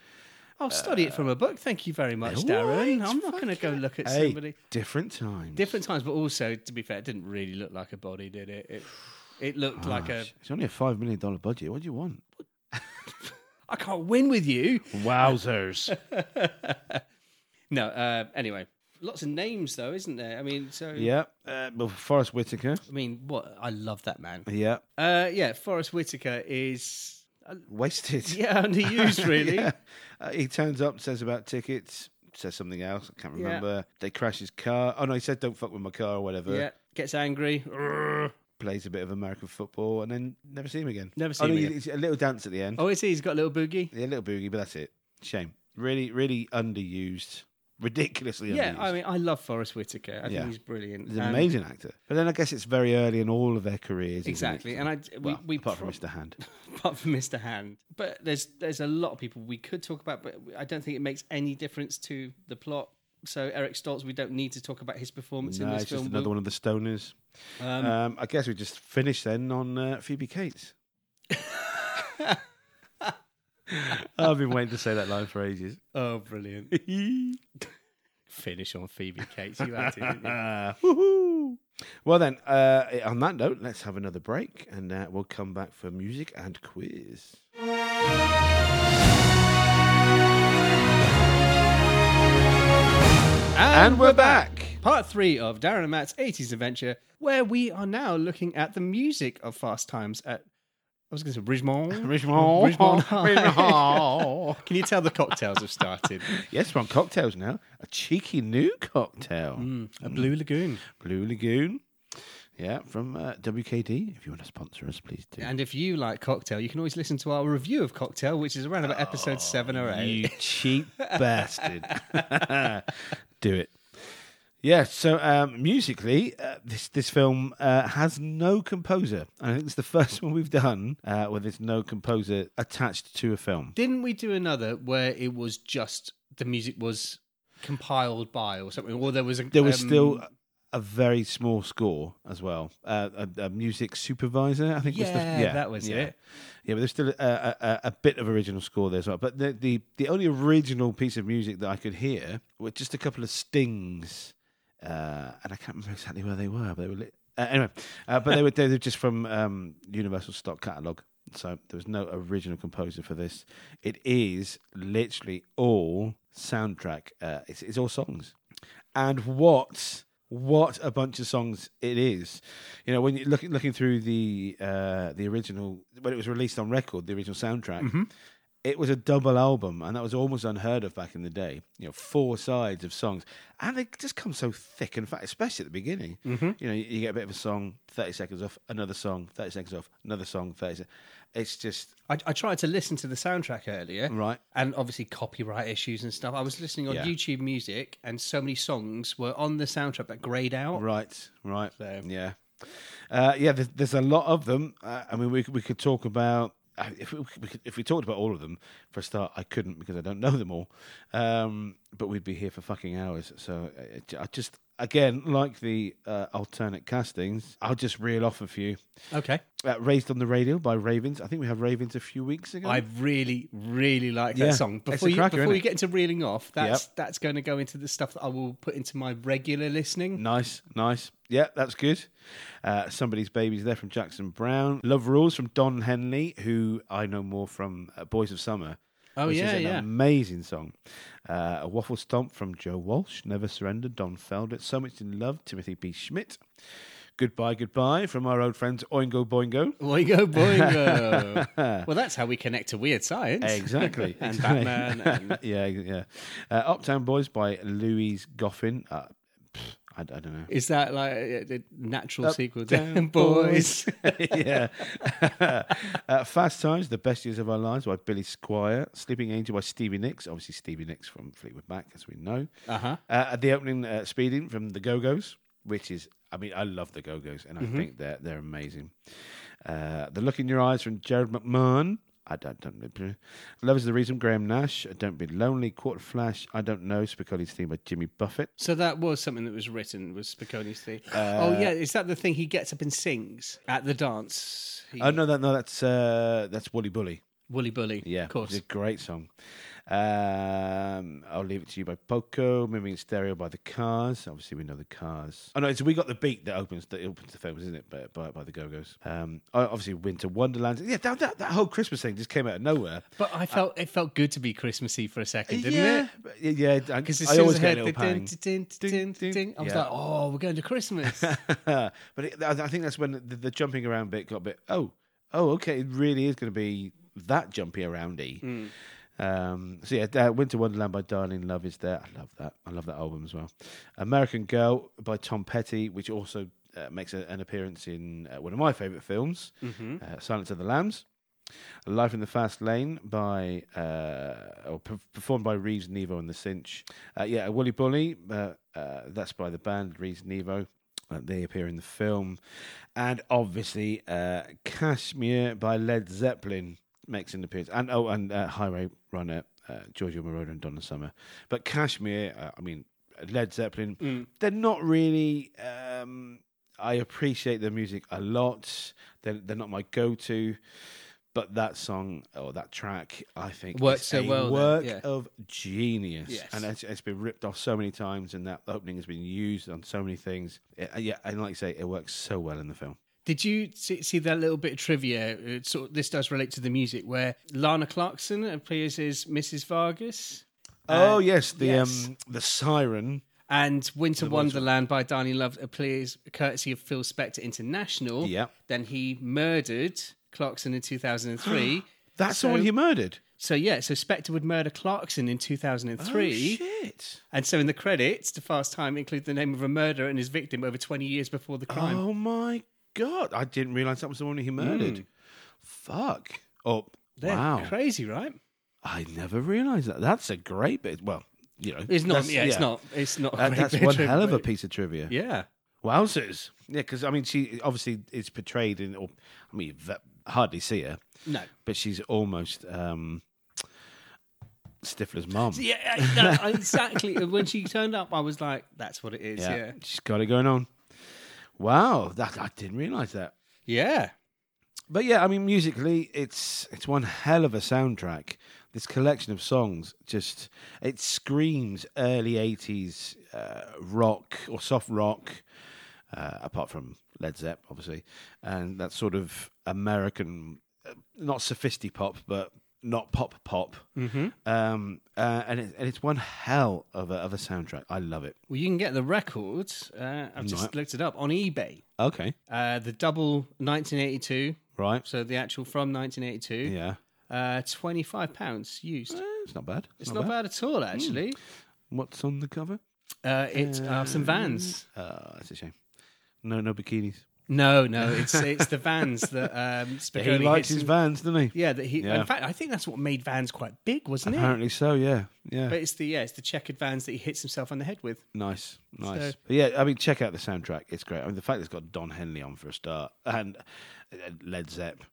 Speaker 2: I'll study it from a book. Thank you very much, Darren.
Speaker 1: right,
Speaker 2: I'm not going to go look at
Speaker 1: hey,
Speaker 2: somebody.
Speaker 1: different times.
Speaker 2: different times, but also to be fair, it didn't really look like a body, did it? It, it looked like a.
Speaker 1: It's only a five million dollar budget. What do you want?
Speaker 2: I can't win with you.
Speaker 1: Wowzers!
Speaker 2: No. Uh, anyway, lots of names though, isn't there? I mean, so
Speaker 1: yeah, uh, well, Forrest Whitaker.
Speaker 2: I mean, what? I love that man.
Speaker 1: Yeah,
Speaker 2: Uh, yeah, Forrest Whitaker is uh,
Speaker 1: wasted.
Speaker 2: yeah underused really.
Speaker 1: Yeah. Uh, he turns up, says about tickets, says something else. I can't
Speaker 2: Yeah.
Speaker 1: remember. They crash his car. Oh no, he said don't fuck with my car or whatever.
Speaker 2: Yeah, gets angry. Urgh.
Speaker 1: plays a bit of American football, and then never see him again.
Speaker 2: Never
Speaker 1: Oh,
Speaker 2: seen
Speaker 1: no,
Speaker 2: him.
Speaker 1: you-
Speaker 2: again.
Speaker 1: it's a little dance at the end.
Speaker 2: Oh, is he? He's got a little boogie.
Speaker 1: Yeah, a little boogie, but that's it. Shame. Really, really underused. Ridiculously
Speaker 2: Yeah,
Speaker 1: underused.
Speaker 2: I mean, I love Forrest Whitaker. I
Speaker 1: Yeah.
Speaker 2: think he's brilliant. Um,
Speaker 1: He's an
Speaker 2: And-
Speaker 1: amazing actor. But then I guess it's very early in all of their careers. isn't it?
Speaker 2: Exactly, and I we,
Speaker 1: Well,
Speaker 2: we
Speaker 1: apart
Speaker 2: prob-
Speaker 1: from Mr. Hand.
Speaker 2: apart from Mr. Hand. But there's there's a lot of people we could talk about, but I don't think it makes any difference to the plot. So Eric Stoltz, we don't need to talk about his performance
Speaker 1: No,
Speaker 2: in this
Speaker 1: it's
Speaker 2: film.
Speaker 1: just another one of the stoners. Um, I guess we just finished then on uh, Phoebe Cates. I've been waiting to say that line for ages.
Speaker 2: Oh, brilliant! Finish on Phoebe Cates. You had to, didn't you?
Speaker 1: Uh, woohoo! Well then, uh, on that note, let's have another break, and uh, we'll come back for music and quiz. And we're back.
Speaker 2: Part three of Darren and Matt's 80s adventure, where we are now looking at the music of Fast Times at. I was going to say Richmond.
Speaker 1: Richmond.
Speaker 2: Richmond High.
Speaker 1: Richmond.
Speaker 2: Can you tell the cocktails have started?
Speaker 1: yes, we're on cocktails now. A cheeky new cocktail.
Speaker 2: A Blue Lagoon.
Speaker 1: Blue Lagoon. Yeah, from uh, WKD. If you want to sponsor us, please do.
Speaker 2: And if you like cocktail, you can always listen to our review of cocktail, which is around about episode seven or eight.
Speaker 1: Oh, You cheap bastard. Do it. Yeah, so um, musically, uh, this this film uh, has no composer. And I think it's the first one we've done uh, where there's no composer attached to a film.
Speaker 2: Didn't we do another where it was just the music was compiled by or something, or there was a,
Speaker 1: There was
Speaker 2: um,
Speaker 1: still a very small score as well. Uh, a, a music supervisor, I think. was the,
Speaker 2: Yeah, that was
Speaker 1: yeah.
Speaker 2: it.
Speaker 1: Yeah, but there's still a, a, a, a bit of original score there as well. But the, the the only original piece of music that I could hear were just a couple of stings, uh, and I can't remember exactly where they were, but they were lit. Uh, anyway, uh, but they were they were just from um, Universal Stock Catalog. So there was no original composer for this. It is literally all soundtrack. Uh, it's, it's all songs, and what what a bunch of songs it is. You know, when you look looking through the uh, the original when it was released on record, the original soundtrack, it was a double album, and that was almost unheard of back in the day. You know, four sides of songs, and they just come so thick and fat, especially at the beginning. You know, you, you get a bit of a song, thirty seconds off, another song, thirty seconds off, another song, thirty. Se- it's just
Speaker 2: I, I tried to listen to the soundtrack earlier,
Speaker 1: Right.
Speaker 2: And obviously copyright issues and stuff. I was listening on
Speaker 1: Yeah.
Speaker 2: YouTube Music, and so many songs were on the soundtrack that grayed out.
Speaker 1: Right, right.
Speaker 2: So-
Speaker 1: Yeah, uh, yeah. There's, there's a lot of them. Uh, I mean, we could- we could talk about uh, if we, we could, if we talked about all of them for a start. I couldn't because I don't know them all. Um, but we'd be here for fucking hours. So uh, j- I just again like the uh, alternate castings. I'll just reel off a few.
Speaker 2: Okay,
Speaker 1: Uh, Raised on the radio by Ravens. I think we had Ravens a few weeks ago.
Speaker 2: I really, really like that
Speaker 1: Yeah.
Speaker 2: song.
Speaker 1: It's a
Speaker 2: Before you
Speaker 1: cracker,
Speaker 2: before
Speaker 1: innit?
Speaker 2: you get into reeling off, that's that's going to go into the stuff that I will put into my regular listening.
Speaker 1: Nice, nice. Yeah, that's good. Uh, Somebody's Babies there from Jackson Brown. Love Rules from Don Henley, who I know more from uh, Boys of Summer.
Speaker 2: Oh,
Speaker 1: which
Speaker 2: yeah,
Speaker 1: is an
Speaker 2: yeah.
Speaker 1: amazing song. Uh, a Waffle Stomp from Joe Walsh, Never Surrender, Don Felder, So Much in Love, Timothy B. Schmidt. Goodbye, Goodbye from our old friends Oingo Boingo.
Speaker 2: Boingo, boingo. well, that's how we connect to weird science.
Speaker 1: Exactly.
Speaker 2: And
Speaker 1: exactly.
Speaker 2: Batman and-
Speaker 1: yeah, yeah. Uh, Uptown Boys by Louise Goffin. Uh, pff, I, I don't know.
Speaker 2: Is that like a, a natural sequel? to
Speaker 1: Down
Speaker 2: Boys.
Speaker 1: yeah. uh, Fast Times, The Best Years of Our Lives by Billy Squire. Sleeping Angel by Stevie Nicks. Obviously, Stevie Nicks from Fleetwood Mac, as we know.
Speaker 2: Uh-huh.
Speaker 1: Uh, at the opening, uh, Speeding from The Go Go's, which is, I mean, I love The Go Go's, and I think they're, they're amazing. Uh, the Look in Your Eyes from Jared McMahon. I don't, don't Love is the Reason, Graham Nash. Don't Be Lonely, Quarter Flash. I don't know. Spicoli's theme by Jimmy Buffett.
Speaker 2: So that was something that was written was Spicoli's thing.
Speaker 1: Uh,
Speaker 2: oh yeah, is that the thing he gets up and sings at the dance? He,
Speaker 1: Oh, no, that, no that's uh, that's Wooly Bully.
Speaker 2: Woolly Bully.
Speaker 1: Yeah,
Speaker 2: of course.
Speaker 1: It's a great song. Um, I'll leave it to you by Poco, Moving in Stereo by The Cars. Obviously, we know The Cars. Oh, no, it's We Got the Beat that opens that opens the film, isn't it? By, by, by The Go Go's. Um, oh, obviously, Winter Wonderland. Yeah, that, that, that whole Christmas thing just came out of nowhere.
Speaker 2: But I felt it felt good to be Christmassy for a second, didn't
Speaker 1: yeah,
Speaker 2: it?
Speaker 1: but- yeah, yeah.
Speaker 2: Because
Speaker 1: Because
Speaker 2: as
Speaker 1: I
Speaker 2: soon
Speaker 1: always
Speaker 2: as I
Speaker 1: get
Speaker 2: heard
Speaker 1: a
Speaker 2: the
Speaker 1: little
Speaker 2: ding,
Speaker 1: pang.
Speaker 2: ding, ding, ding, ding, I was
Speaker 1: Yeah.
Speaker 2: like, oh, we're going to Christmas.
Speaker 1: but it, I I think that's when the, the jumping around bit got a bit. Oh, oh, okay. It really is going to be that jumpy aroundy. Um, so yeah, uh, Winter Wonderland by Darling Love is there. I love that. I love that album as well. American Girl by Tom Petty, which also uh, makes a, an appearance in uh, one of my favourite films, uh, Silence of the Lambs. Life in the Fast Lane by uh, or per- performed by Reeves Nevo and the Cinch. Uh, yeah, Woolly Bully. Uh, uh, that's by the band Reeves Nevo. Uh, they appear in the film, and obviously uh, Kashmir by Led Zeppelin makes an appearance, and oh, and uh, Highway Runner uh, Giorgio Moroder and Donna Summer. But Kashmir, uh, I mean Led Zeppelin, they're not really. Um, I appreciate their music a lot. They're, they're not my go-to but that song or that track, I think,
Speaker 2: Worked
Speaker 1: is
Speaker 2: so
Speaker 1: a
Speaker 2: well then,
Speaker 1: work
Speaker 2: yeah.
Speaker 1: of genius,
Speaker 2: Yes.
Speaker 1: and it's, it's been ripped off so many times, and that opening has been used on so many things. Yeah, yeah, and like you say, it works so well in the film.
Speaker 2: Did you see, see that little bit of trivia? It sort of, this does relate to the music where Lana Clarkson appears as Mrs. Vargas
Speaker 1: oh yes, the
Speaker 2: Uh, yes.
Speaker 1: um the siren.
Speaker 2: and Winter Wonderland by Danny Love appears courtesy of Phil Spector International.
Speaker 1: Yeah.
Speaker 2: Then he murdered Clarkson in 2003.
Speaker 1: That's
Speaker 2: So-
Speaker 1: the one he murdered.
Speaker 2: so, yeah, so Spector would murder Clarkson in 2003.
Speaker 1: Oh, shit.
Speaker 2: and so in the credits, the fast time include the name of a murderer and his victim over 20 years before the crime.
Speaker 1: Oh my god! I didn't realize that was the one he murdered. Fuck. Oh
Speaker 2: Hmm. They're
Speaker 1: wow!
Speaker 2: Crazy, right?
Speaker 1: I never realized that. That's a great bit. Well, you know,
Speaker 2: It's not,
Speaker 1: that's-
Speaker 2: yeah, it's not, it's not. a
Speaker 1: That-
Speaker 2: great
Speaker 1: that's
Speaker 2: bit of
Speaker 1: one
Speaker 2: trivia,
Speaker 1: hell of a
Speaker 2: but-
Speaker 1: piece of trivia.
Speaker 2: Yeah.
Speaker 1: Wowzers. Yeah, because I mean, she obviously is portrayed in, or I mean, you ve- hardly see her,
Speaker 2: No.
Speaker 1: but she's almost um, Stifler's mum.
Speaker 2: Yeah, I- no, exactly. when she turned up, I was like, that's what it is. Yeah. Yeah.
Speaker 1: she's got it going on. Wow, that I didn't realize that. But yeah, I mean, musically, it's it's one hell of a soundtrack. This collection of songs just it screams early '80s uh, rock or soft rock, uh, apart from Led Zepp, obviously, and that sort of American, uh, not sophisti pop, but not pop pop. Mm-hmm. Um, uh, and, it, and it's one hell of a, of a soundtrack. I love it.
Speaker 2: Well, you can get the record. Uh, I've just looked it up on eBay.
Speaker 1: Okay,
Speaker 2: Uh, the double 1982,
Speaker 1: right?
Speaker 2: so the actual from 1982,
Speaker 1: Yeah,
Speaker 2: uh, 25 pounds used.
Speaker 1: Eh, it's not bad.
Speaker 2: It's not bad at all, actually.
Speaker 1: What's on the cover?
Speaker 2: Uh, it's uh, some Vans.
Speaker 1: Uh, that's a shame. No, no bikinis.
Speaker 2: No, no, it's it's the Vans that um,
Speaker 1: he
Speaker 2: Spicoli
Speaker 1: likes
Speaker 2: hits
Speaker 1: his
Speaker 2: in-
Speaker 1: vans, doesn't he?
Speaker 2: Yeah, that he.
Speaker 1: Yeah.
Speaker 2: In fact, I think that's what made Vans quite big, wasn't it?
Speaker 1: Apparently so. Yeah, yeah.
Speaker 2: But it's the yeah, it's the checkered Vans that he hits himself on the head with.
Speaker 1: nice, nice.
Speaker 2: So-
Speaker 1: But yeah, I mean, check out the soundtrack. It's great. I mean, the fact it's got Don Henley on for a start and uh, Led Zepp.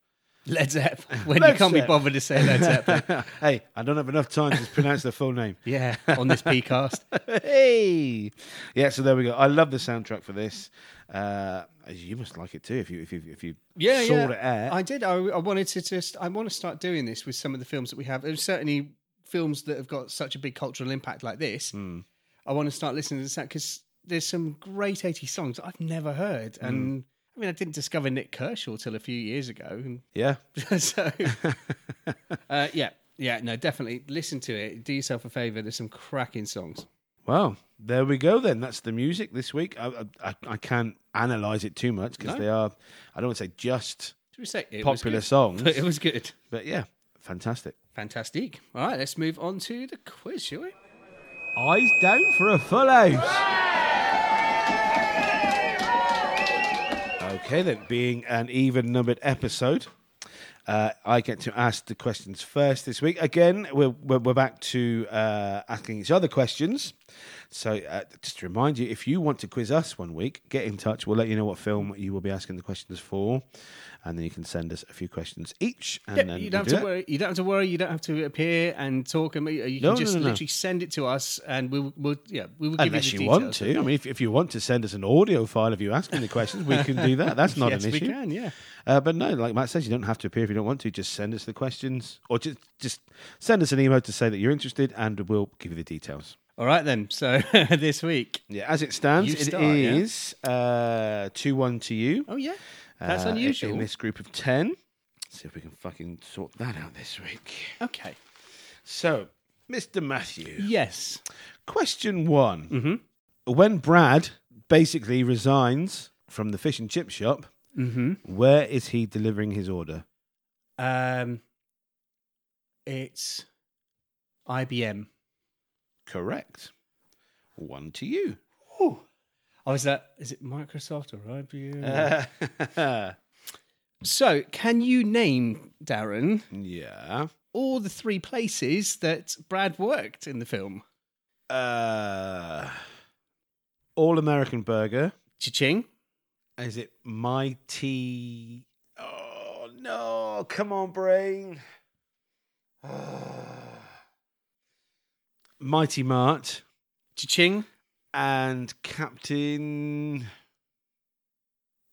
Speaker 2: Led Zepp. When
Speaker 1: Led
Speaker 2: you can't be
Speaker 1: Zepp.
Speaker 2: bothered to say Led Zepp.
Speaker 1: hey, I don't have enough time to pronounce their full name.
Speaker 2: yeah, on this PCast.
Speaker 1: hey, yeah. So there we go. I love the soundtrack for this. Uh, you must like it too if you if you if you
Speaker 2: Yeah,
Speaker 1: saw
Speaker 2: yeah.
Speaker 1: it out.
Speaker 2: I did. I, I wanted to just. I want to start doing this with some of the films that we have. And certainly films that have got such a big cultural impact like this. I want to start listening to this because there's some great 80 songs I've never heard. And I mean, I didn't discover Nick Kershaw till a few years ago.
Speaker 1: yeah,
Speaker 2: And so, uh, yeah, yeah, no, definitely listen to it. Do yourself a favor. There's some cracking songs.
Speaker 1: Well, there we go then. That's the music this week. I I, I can't analyze it too much because
Speaker 2: No.
Speaker 1: they are. I don't want to say just
Speaker 2: Should we say it was
Speaker 1: popular
Speaker 2: good?
Speaker 1: songs,
Speaker 2: But it was good.
Speaker 1: but yeah, fantastic.
Speaker 2: Fantastic. All right, let's move on to the quiz, shall we?
Speaker 1: Eyes down for a full house. Okay, then, being an even numbered episode, uh, I get to ask the questions first this week. Again, we're, we're, we're back to uh, asking each other questions. So, uh, just to remind you, if you want to quiz us one week, get in touch. We'll let you know what film you will be asking the questions for. And then you can send us a few questions each. And
Speaker 2: Yeah,
Speaker 1: then
Speaker 2: you
Speaker 1: we'll
Speaker 2: don't
Speaker 1: do
Speaker 2: have
Speaker 1: that.
Speaker 2: to worry. You don't have to worry. You don't have to appear and talk. And you can
Speaker 1: No, no,
Speaker 2: just
Speaker 1: no, no.
Speaker 2: literally send it to us, and we will. We'll, yeah, we will
Speaker 1: Unless
Speaker 2: give
Speaker 1: you
Speaker 2: you the
Speaker 1: want
Speaker 2: details.
Speaker 1: to. I mean, if, if you want to send us an audio file of you asking the questions, we can do that. That's not
Speaker 2: yes,
Speaker 1: an
Speaker 2: we
Speaker 1: issue.
Speaker 2: can. Yeah,
Speaker 1: Uh, but no, like Matt says, you don't have to appear if you don't want to. Just send us the questions or just, just send us an email to say that you're interested and we'll give you the details.
Speaker 2: all right then. So this week.
Speaker 1: Yeah, as it stands,
Speaker 2: You
Speaker 1: it is
Speaker 2: start, yeah?
Speaker 1: uh, 2 1 to you.
Speaker 2: Oh yeah, that's
Speaker 1: uh, in-
Speaker 2: unusual.
Speaker 1: In this group of 10. see if we can fucking sort that out this week.
Speaker 2: okay.
Speaker 1: So, Mr. Matthew,
Speaker 2: Yes.
Speaker 1: question one. When Brad basically resigns from the fish and chip shop,
Speaker 2: Mm-hmm.
Speaker 1: Where is he delivering his order?
Speaker 2: Um, it's IBM.
Speaker 1: Correct. One to you.
Speaker 2: Ooh. Oh, is that is it Microsoft or IBM?
Speaker 1: Uh.
Speaker 2: so, can you name Darren
Speaker 1: yeah.
Speaker 2: all the three places that Brad worked in the film?
Speaker 1: Uh, All American Burger.
Speaker 2: Cha-ching.
Speaker 1: Is it Mighty? Oh no! Come on, brain. Mighty Mart
Speaker 2: Cha-ching.
Speaker 1: and Captain.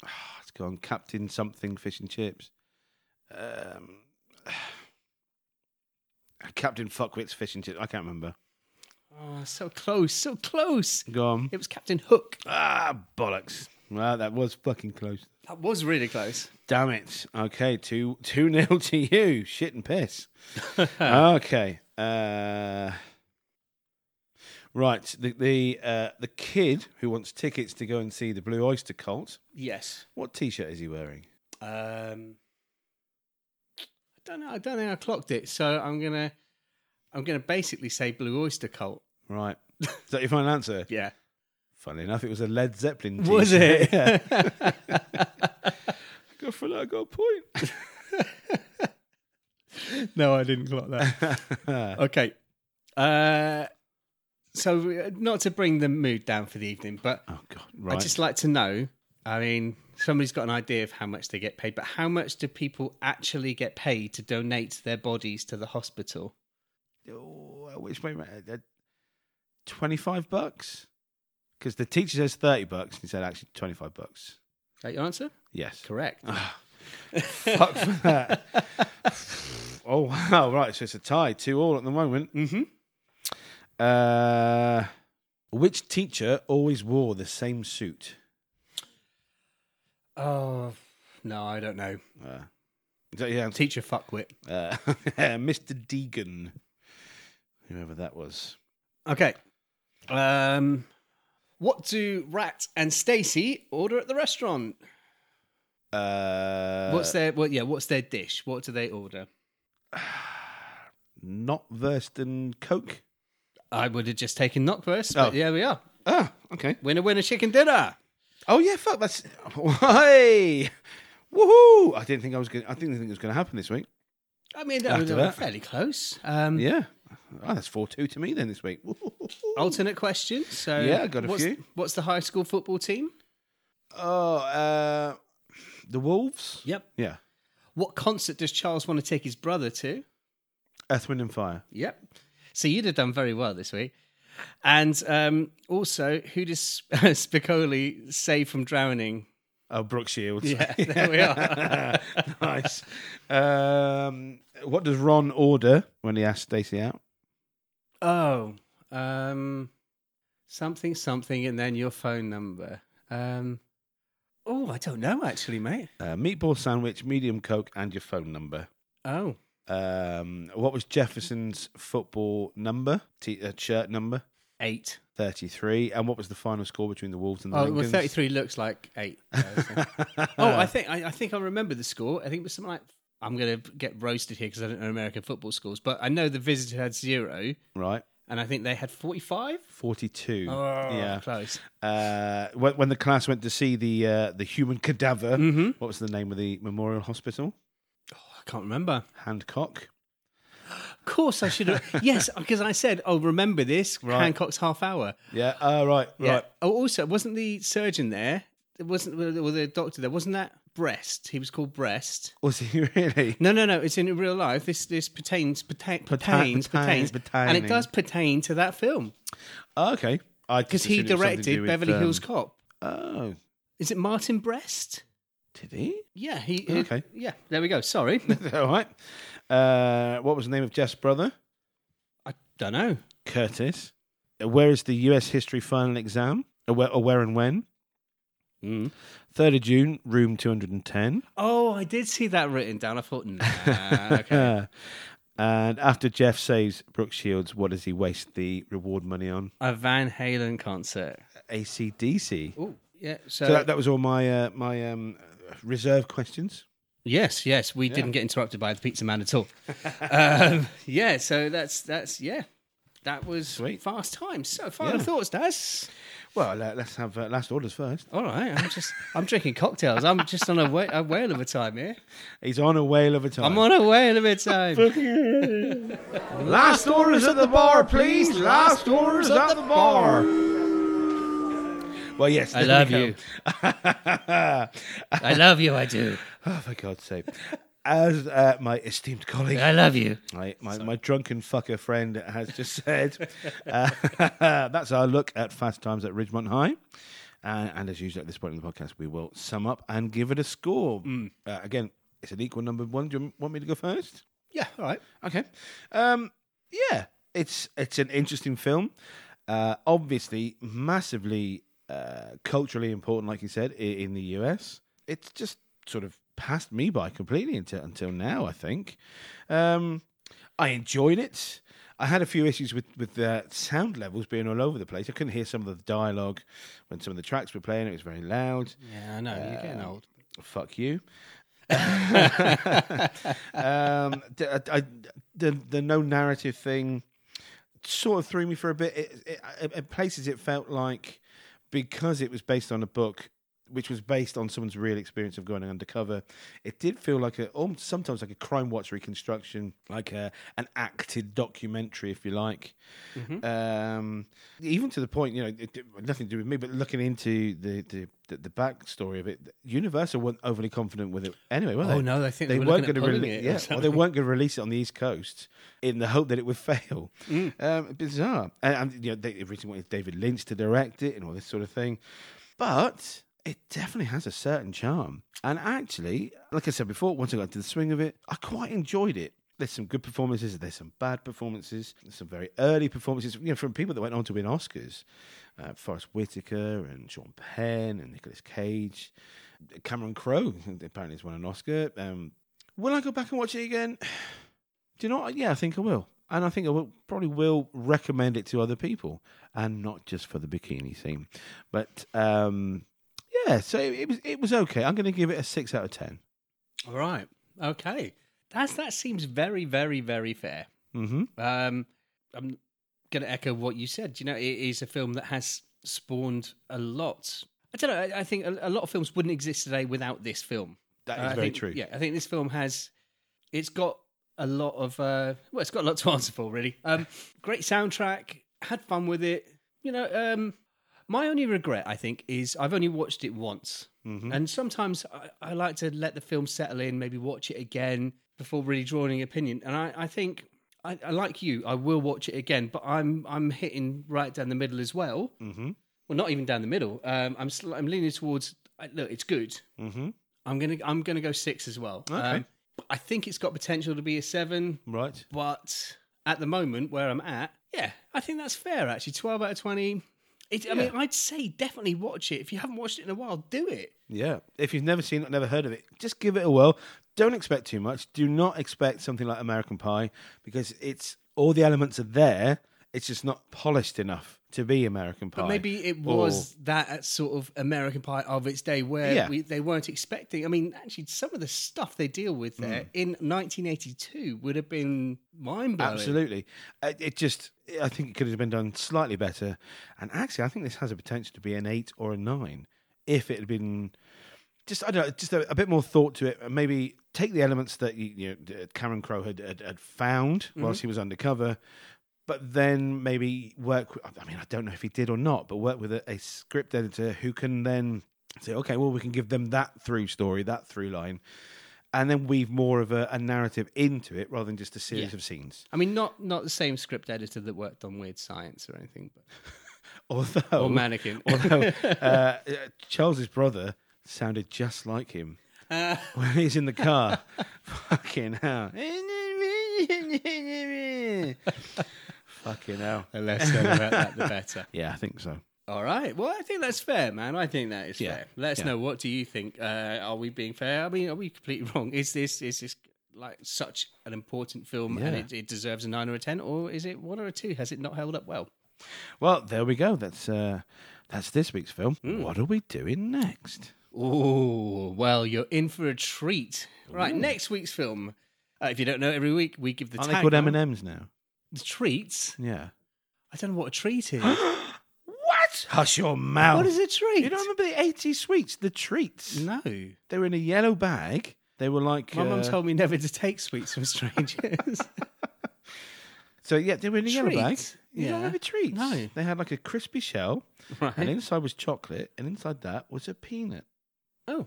Speaker 1: Ah, it's gone. Captain something fish and chips. Um, Captain Fuckwit's fish and chips. I can't remember.
Speaker 2: Oh, so close, so close.
Speaker 1: Gone.
Speaker 2: It was Captain Hook.
Speaker 1: Ah, bollocks. Well, that was fucking close.
Speaker 2: That was really close.
Speaker 1: Damn it. Okay, two two nil to you. Shit and piss.
Speaker 2: Um,
Speaker 1: okay. Uh Right, the the uh, the kid who wants tickets to go and see the Blue Oyster Cult.
Speaker 2: Yes.
Speaker 1: What T-shirt is he wearing?
Speaker 2: Um, I don't know. I don't think I clocked it. So I'm gonna, I'm gonna basically say Blue Oyster Cult.
Speaker 1: Right, is that your final answer?
Speaker 2: Yeah.
Speaker 1: Funnily enough, it was a Led Zeppelin. T-shirt.
Speaker 2: Was it?
Speaker 1: Yeah. Go for that. I got a point.
Speaker 2: No, I didn't clock that.
Speaker 1: Oh,
Speaker 2: okay. Uh, so uh, not to bring the mood down for the evening, but
Speaker 1: Oh God! Right.
Speaker 2: I'd just like to know. I mean, somebody's got an idea of how much they get paid, but how much do people actually get paid to donate their bodies to the hospital?
Speaker 1: oh, which way? Twenty-five bucks, because the teacher says thirty bucks. He said actually twenty-five bucks.
Speaker 2: Is that your answer?
Speaker 1: Yes. Ah.
Speaker 2: Correct.
Speaker 1: Fuck for that. oh wow! Right, so it's a tie, two all at the moment.
Speaker 2: Mhm.
Speaker 1: Uh, which teacher always wore the same suit?
Speaker 2: Oh no, I don't know.
Speaker 1: Is that your answer?
Speaker 2: Teacher fuckwit.
Speaker 1: Uh, Mr. Deegan, whoever that was.
Speaker 2: Okay. Um, what do Rat and Stacy order at the restaurant?
Speaker 1: Uh,
Speaker 2: what's their what? Yeah, what's their dish? What do they order?
Speaker 1: not Thurston Coke?
Speaker 2: I would have just taken Knockverse,
Speaker 1: Oh.
Speaker 2: but yeah, we are.
Speaker 1: Ah, okay.
Speaker 2: Winner, winner, chicken dinner.
Speaker 1: Oh yeah, fuck. That's hey, woohoo! I didn't think I was going. I didn't think it was going to happen this week.
Speaker 2: I mean, that was
Speaker 1: After that.
Speaker 2: fairly close. Um,
Speaker 1: Yeah, oh, that's four two to me then this week. Woo-hoo-hoo.
Speaker 2: Alternate question. So
Speaker 1: Yeah, I got a
Speaker 2: what's,
Speaker 1: few.
Speaker 2: What's the high school football team?
Speaker 1: Oh, uh, the Wolves.
Speaker 2: Yep.
Speaker 1: Yeah,
Speaker 2: What concert does Charles want to take his brother to?
Speaker 1: Earth, Wind, and Fire.
Speaker 2: Yep. So you'd have done very well this week. And um, also, who does Spicoli save from drowning?
Speaker 1: Oh, Brooke Shields.
Speaker 2: Yeah, there we are.
Speaker 1: nice. Um, what does Ron order when he asks Stacey out?
Speaker 2: Oh, um, something, something, and then your phone number. Um, oh, I don't know actually, mate.
Speaker 1: Uh, meatball sandwich, medium coke, and your phone number.
Speaker 2: Oh,
Speaker 1: Um, what was Jefferson's football number? T- uh, shirt number.
Speaker 2: eight.
Speaker 1: 33. And what was the final score between the Wolves and the
Speaker 2: Oh, well,
Speaker 1: Lincolns?
Speaker 2: thirty-three looks like eight. oh,
Speaker 1: Uh,
Speaker 2: I think I, I think I remember the score. I think it was something like I'm going to get roasted here because I don't know American football scores, but I know the visitor had zero,
Speaker 1: Right.
Speaker 2: and I think they had forty-five.
Speaker 1: 42.
Speaker 2: Oh,
Speaker 1: yeah.
Speaker 2: close.
Speaker 1: Uh, when, when the class went to see the uh, the human cadaver,
Speaker 2: Mm-hmm.
Speaker 1: what was the name of the memorial hospital?
Speaker 2: I can't remember.
Speaker 1: Handcock.
Speaker 2: Of course, I should have. yes, because I said, "Oh, remember this Hancock's half hour."
Speaker 1: Yeah. Uh, right.
Speaker 2: Yeah.
Speaker 1: Right.
Speaker 2: Oh, also, wasn't the surgeon there? It wasn't or the doctor there? Wasn't that Breast? He was called Breast.
Speaker 1: Was he really?
Speaker 2: No, no, no. It's in real life. This this pertains pertain, pertains pertains,
Speaker 1: pertains,
Speaker 2: and it
Speaker 1: pertaining.
Speaker 2: does pertain to that film
Speaker 1: Oh, okay.
Speaker 2: because he directed Beverly Hills
Speaker 1: um,
Speaker 2: Cop.
Speaker 1: Oh,
Speaker 2: Is it Martin Breast?
Speaker 1: did he?
Speaker 2: Yeah, he.
Speaker 1: Okay.
Speaker 2: yeah, there we go. Sorry,
Speaker 1: All right. Uh, what was the name of Jeff's brother?
Speaker 2: I don't know.
Speaker 1: Curtis. Uh, Where is the U.S. history final exam? Or where, or where and when? Third of June, room two hundred and ten.
Speaker 2: Hmm. Oh, I did see that written down. I thought, nah, okay.
Speaker 1: Uh, and after Jeff saves Brooke Shields, what does he waste the reward money on?
Speaker 2: a Van Halen concert.
Speaker 1: ACDC.
Speaker 2: Oh, yeah. So,
Speaker 1: So that, that was all my uh, my um, reserve questions.
Speaker 2: yes, yes, we didn't get interrupted by the pizza man at all. um, yeah. So that's that's yeah. That was
Speaker 1: Sweet.
Speaker 2: fast time. So final
Speaker 1: Yeah.
Speaker 2: thoughts, Daz.
Speaker 1: Well, uh, let's have uh, last orders first.
Speaker 2: All right, I'm just I'm drinking cocktails. I'm just on a, wha- a whale of a time here.
Speaker 1: He's on a whale of a time.
Speaker 2: I'm on a whale of a time.
Speaker 1: Last orders at the bar, please. Last orders at the bar. Well, yes.
Speaker 2: I
Speaker 1: there
Speaker 2: love
Speaker 1: we go.
Speaker 2: you. I love you. I do.
Speaker 1: Oh, for God's sake. As uh, my esteemed colleague,
Speaker 2: I love you.
Speaker 1: my, my, my drunken fucker friend has just said, uh, that's our look at Fast Times at Ridgemont High. Uh, and as usual, at this point in the podcast, we will sum up and give it a score.
Speaker 2: Mm.
Speaker 1: Uh, again, it's an equal number one. Do you want me to go first?
Speaker 2: Yeah. All right.
Speaker 1: Okay. Um, yeah, it's it's an interesting film. Uh, obviously, massively uh, culturally important, like you said, i- in the US. It's just sort of passed me by completely until until now. I think um, I enjoyed it. I had a few issues with with the sound levels being all over the place. I couldn't hear some of the dialogue when some of the tracks were playing. It was very loud
Speaker 2: Yeah, I know. You're
Speaker 1: Uh,
Speaker 2: getting old.
Speaker 1: fuck you. um, d- I- I- the the no narrative thing sort of threw me for a bit. It, it, it, at places it felt like because it was based on a book, which was based on someone's real experience of going undercover, it did feel like a almost sometimes like a crime watch reconstruction, like a, an acted documentary, if you like.
Speaker 2: Mm-hmm.
Speaker 1: Um, even to the point, you know, it, it- nothing to do with me, but looking into the the, the, the backstory of it, Universal weren't overly confident with it anyway, were they?
Speaker 2: Oh, no, I think they were
Speaker 1: weren't
Speaker 2: looking at
Speaker 1: gonna
Speaker 2: pulling
Speaker 1: rele-
Speaker 2: it
Speaker 1: yeah,
Speaker 2: or
Speaker 1: well, they
Speaker 2: something.
Speaker 1: weren't going to release it on the East Coast in the hope that it would fail.
Speaker 2: Mm.
Speaker 1: Um, bizarre, and, and you know, they originally wanted David Lynch to direct it and all this sort of thing but it definitely has a certain charm. And actually, like I said before, once I got into the swing of it, I quite enjoyed it. There's some good performances, there's some bad performances, there's some very early performances, you know, from people that went on to win Oscars. Uh, Forrest Whitaker and Sean Penn and Nicolas Cage. Cameron Crowe apparently has won an Oscar. Um, will I go back and watch it again? Do you know what? Yeah, I think I will. And I think I will, probably will recommend it to other people and not just for the bikini scene. But um, yeah, so it was it was okay. I'm going to give it a six out of ten.
Speaker 2: All right. Okay. That's that seems very, very, very fair.
Speaker 1: Mm-hmm.
Speaker 2: Um, I'm going to echo what you said. You know, it is a film that has spawned a lot. I don't know. I, I think a, a lot of films wouldn't exist today without this film.
Speaker 1: That
Speaker 2: Uh,
Speaker 1: is
Speaker 2: I
Speaker 1: very
Speaker 2: think-
Speaker 1: true.
Speaker 2: Yeah, I think this film has. It's got a lot of. Uh, well, it's got a lot to answer for, really. Um, great soundtrack. Had fun with it. You know, um, my only regret, I think, is I've only watched it once, and sometimes I, I like to let the film settle in, maybe watch it again before really drawing an opinion. And I, I think. I, I like you. I will watch it again, but I'm I'm hitting right down the middle as well. Mm-hmm. Well, not even down the middle. Um, I'm sl- I'm leaning towards. I- Look, it's good. I'm gonna I'm gonna go six as well. Mm-hmm. Okay. I think it's got potential to be a seven,
Speaker 1: Right.
Speaker 2: but at the moment where I'm at, yeah, I think that's fair actually. Twelve out of twenty. It, I mean, I'd say definitely watch it. If you haven't watched it in a while, do it.
Speaker 1: Yeah. If you've never seen it, never heard of it, just give it a whirl. Don't expect too much. Do not expect something like American Pie because it's all the elements are there. It's just not polished enough to be American Pie.
Speaker 2: But maybe it
Speaker 1: Or-
Speaker 2: was that sort of American Pie of its day where
Speaker 1: Yeah.
Speaker 2: we, they weren't expecting. I mean, actually, some of the stuff they deal with there in 1982 would have been mind blowing.
Speaker 1: Absolutely. Uh, It just, I think it could have been done slightly better. And actually, I think this has a potential to be an eight or a nine if it had been just, I don't know, just a, a bit more thought to it. And maybe take the elements that you, you know, that Cameron Crowe had, had, had found whilst he was undercover, but then maybe work. With, I mean, I don't know if he did or not, but work with a, a script editor who can then say, okay, well, we can give them that through story, that through line. And then weave more of a, a narrative into it rather than just a series
Speaker 2: Yeah.
Speaker 1: of scenes.
Speaker 2: I mean, not not the same script editor that worked on Weird Science or anything, but
Speaker 1: Although,
Speaker 2: or Mannequin.
Speaker 1: although uh, uh, Charles's brother sounded just like him
Speaker 2: Uh,
Speaker 1: when he's in the car. Fucking hell. Fucking hell.
Speaker 2: The less said about that, the better.
Speaker 1: Uh, Yeah, I think so.
Speaker 2: All right. Well, I think that's fair, man. I think that is fair. Let us know what do you think. Uh, are we being fair? I mean, are we completely wrong? Is this is this like such an important film and
Speaker 1: Yeah.
Speaker 2: it, it deserves a nine or a ten, or is it one or a two? Has it not held up well?
Speaker 1: Well, there we go. That's uh, that's this week's film. What are we doing next?
Speaker 2: Oh, well, you're in for a treat. Right, next week's film. Uh, if you don't know, every week we give the
Speaker 1: Aren't they called
Speaker 2: tagline-
Speaker 1: M&M's now?
Speaker 2: the treats.
Speaker 1: Yeah.
Speaker 2: I don't know what a treat is.
Speaker 1: What? What? Hush your mouth.
Speaker 2: What is a treat?
Speaker 1: You don't remember the 80s sweets, the treats?
Speaker 2: no.
Speaker 1: They were in a yellow bag. They were like.
Speaker 2: My mum
Speaker 1: uh,
Speaker 2: told me never to take sweets from strangers.
Speaker 1: So yeah, they were in a yellow bag.
Speaker 2: Treats?
Speaker 1: You
Speaker 2: Yeah.
Speaker 1: don't remember treats?
Speaker 2: No.
Speaker 1: They had like a crispy shell, and
Speaker 2: right.
Speaker 1: inside was chocolate, and inside that was a peanut.
Speaker 2: Oh.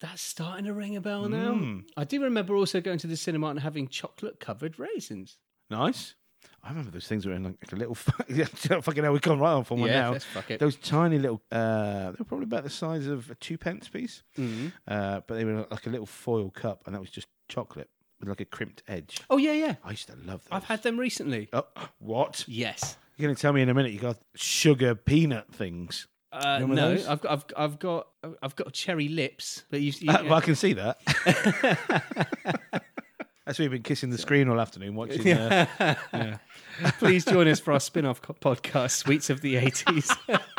Speaker 2: That's starting to ring a bell now.
Speaker 1: Mm.
Speaker 2: I do remember also going to the cinema and having chocolate covered raisins.
Speaker 1: Nice. I remember those things were in like a little. fu- Yeah, fucking hell, we've gone right on for one now.
Speaker 2: let's fuck it.
Speaker 1: Those tiny little. Uh, they were probably about the size of a two pence piece,
Speaker 2: Mhm.
Speaker 1: uh, but they were like a little foil cup, and that was just chocolate with like a crimped edge.
Speaker 2: Oh, yeah, yeah.
Speaker 1: I used to love those.
Speaker 2: I've had them recently.
Speaker 1: Oh, what?
Speaker 2: Yes.
Speaker 1: You're going to tell me in a minute you got sugar peanut things.
Speaker 2: Uh,
Speaker 1: Remember
Speaker 2: no,
Speaker 1: those?
Speaker 2: I've got, I've, I've got, I've got cherry lips. But you, you
Speaker 1: Uh, well, I can see that. That's why you've been kissing the screen all afternoon watching. Uh,
Speaker 2: please join us for our spin-off co- podcast, Sweets of the Eighties,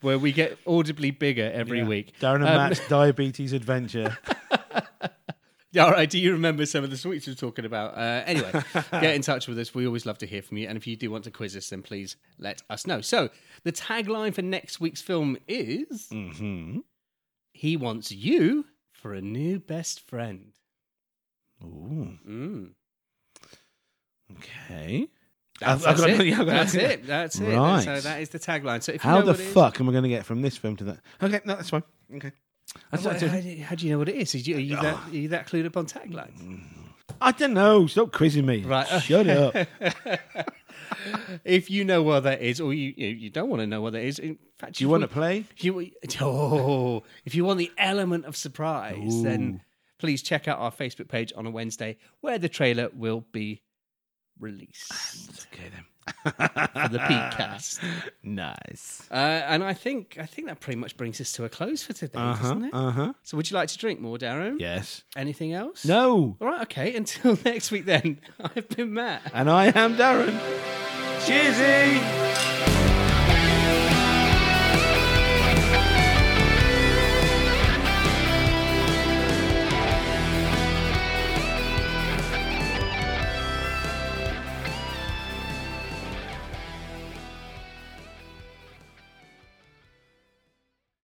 Speaker 2: where we get audibly bigger every week.
Speaker 1: Darren and
Speaker 2: Um,
Speaker 1: Matt's diabetes adventure.
Speaker 2: Yeah, All right. Do you remember some of the sweets we were talking about? Uh, anyway, get in touch with us. We always love to hear from you. And if you do want to quiz us, then please let us know. So the tagline for next week's film is
Speaker 1: mm-hmm.
Speaker 2: He Wants You for a New Best Friend.
Speaker 1: Ooh,
Speaker 2: Mm.
Speaker 1: okay.
Speaker 2: That's,
Speaker 1: I've- I've
Speaker 2: that's
Speaker 1: got-
Speaker 2: it.
Speaker 1: yeah, I've got-
Speaker 2: That's it. That's it.
Speaker 1: Right.
Speaker 2: So that is the tagline. So if you
Speaker 1: How
Speaker 2: know
Speaker 1: the
Speaker 2: what it is-
Speaker 1: fuck am I going to get from this film to that? Okay, no, that's fine. Okay. That's
Speaker 2: What-
Speaker 1: what I,
Speaker 2: how,
Speaker 1: did.
Speaker 2: do, how do you know what it is? Are you, are you, that, are you that clued up on taglines?
Speaker 1: I don't know. Stop quizzing me.
Speaker 2: Right,
Speaker 1: Shut up. Mm.
Speaker 2: If you know what that is, or you you, you don't want to know what that is, in fact,
Speaker 1: Do you want to play?
Speaker 2: You, oh, if you want the element of surprise, then please check out our Facebook page on a Wednesday where the trailer will be released
Speaker 1: Okay then.
Speaker 2: for the Peakcast.
Speaker 1: Nice.
Speaker 2: Uh, and I think I think that pretty much brings us to a close for today,
Speaker 1: Uh huh.
Speaker 2: doesn't it?
Speaker 1: Uh huh.
Speaker 2: So, would you like to drink more, Darren?
Speaker 1: Yes.
Speaker 2: Anything else?
Speaker 1: No.
Speaker 2: All right. Okay. Until next week, then. I've been Matt.
Speaker 1: And I am Darren. Cheersy.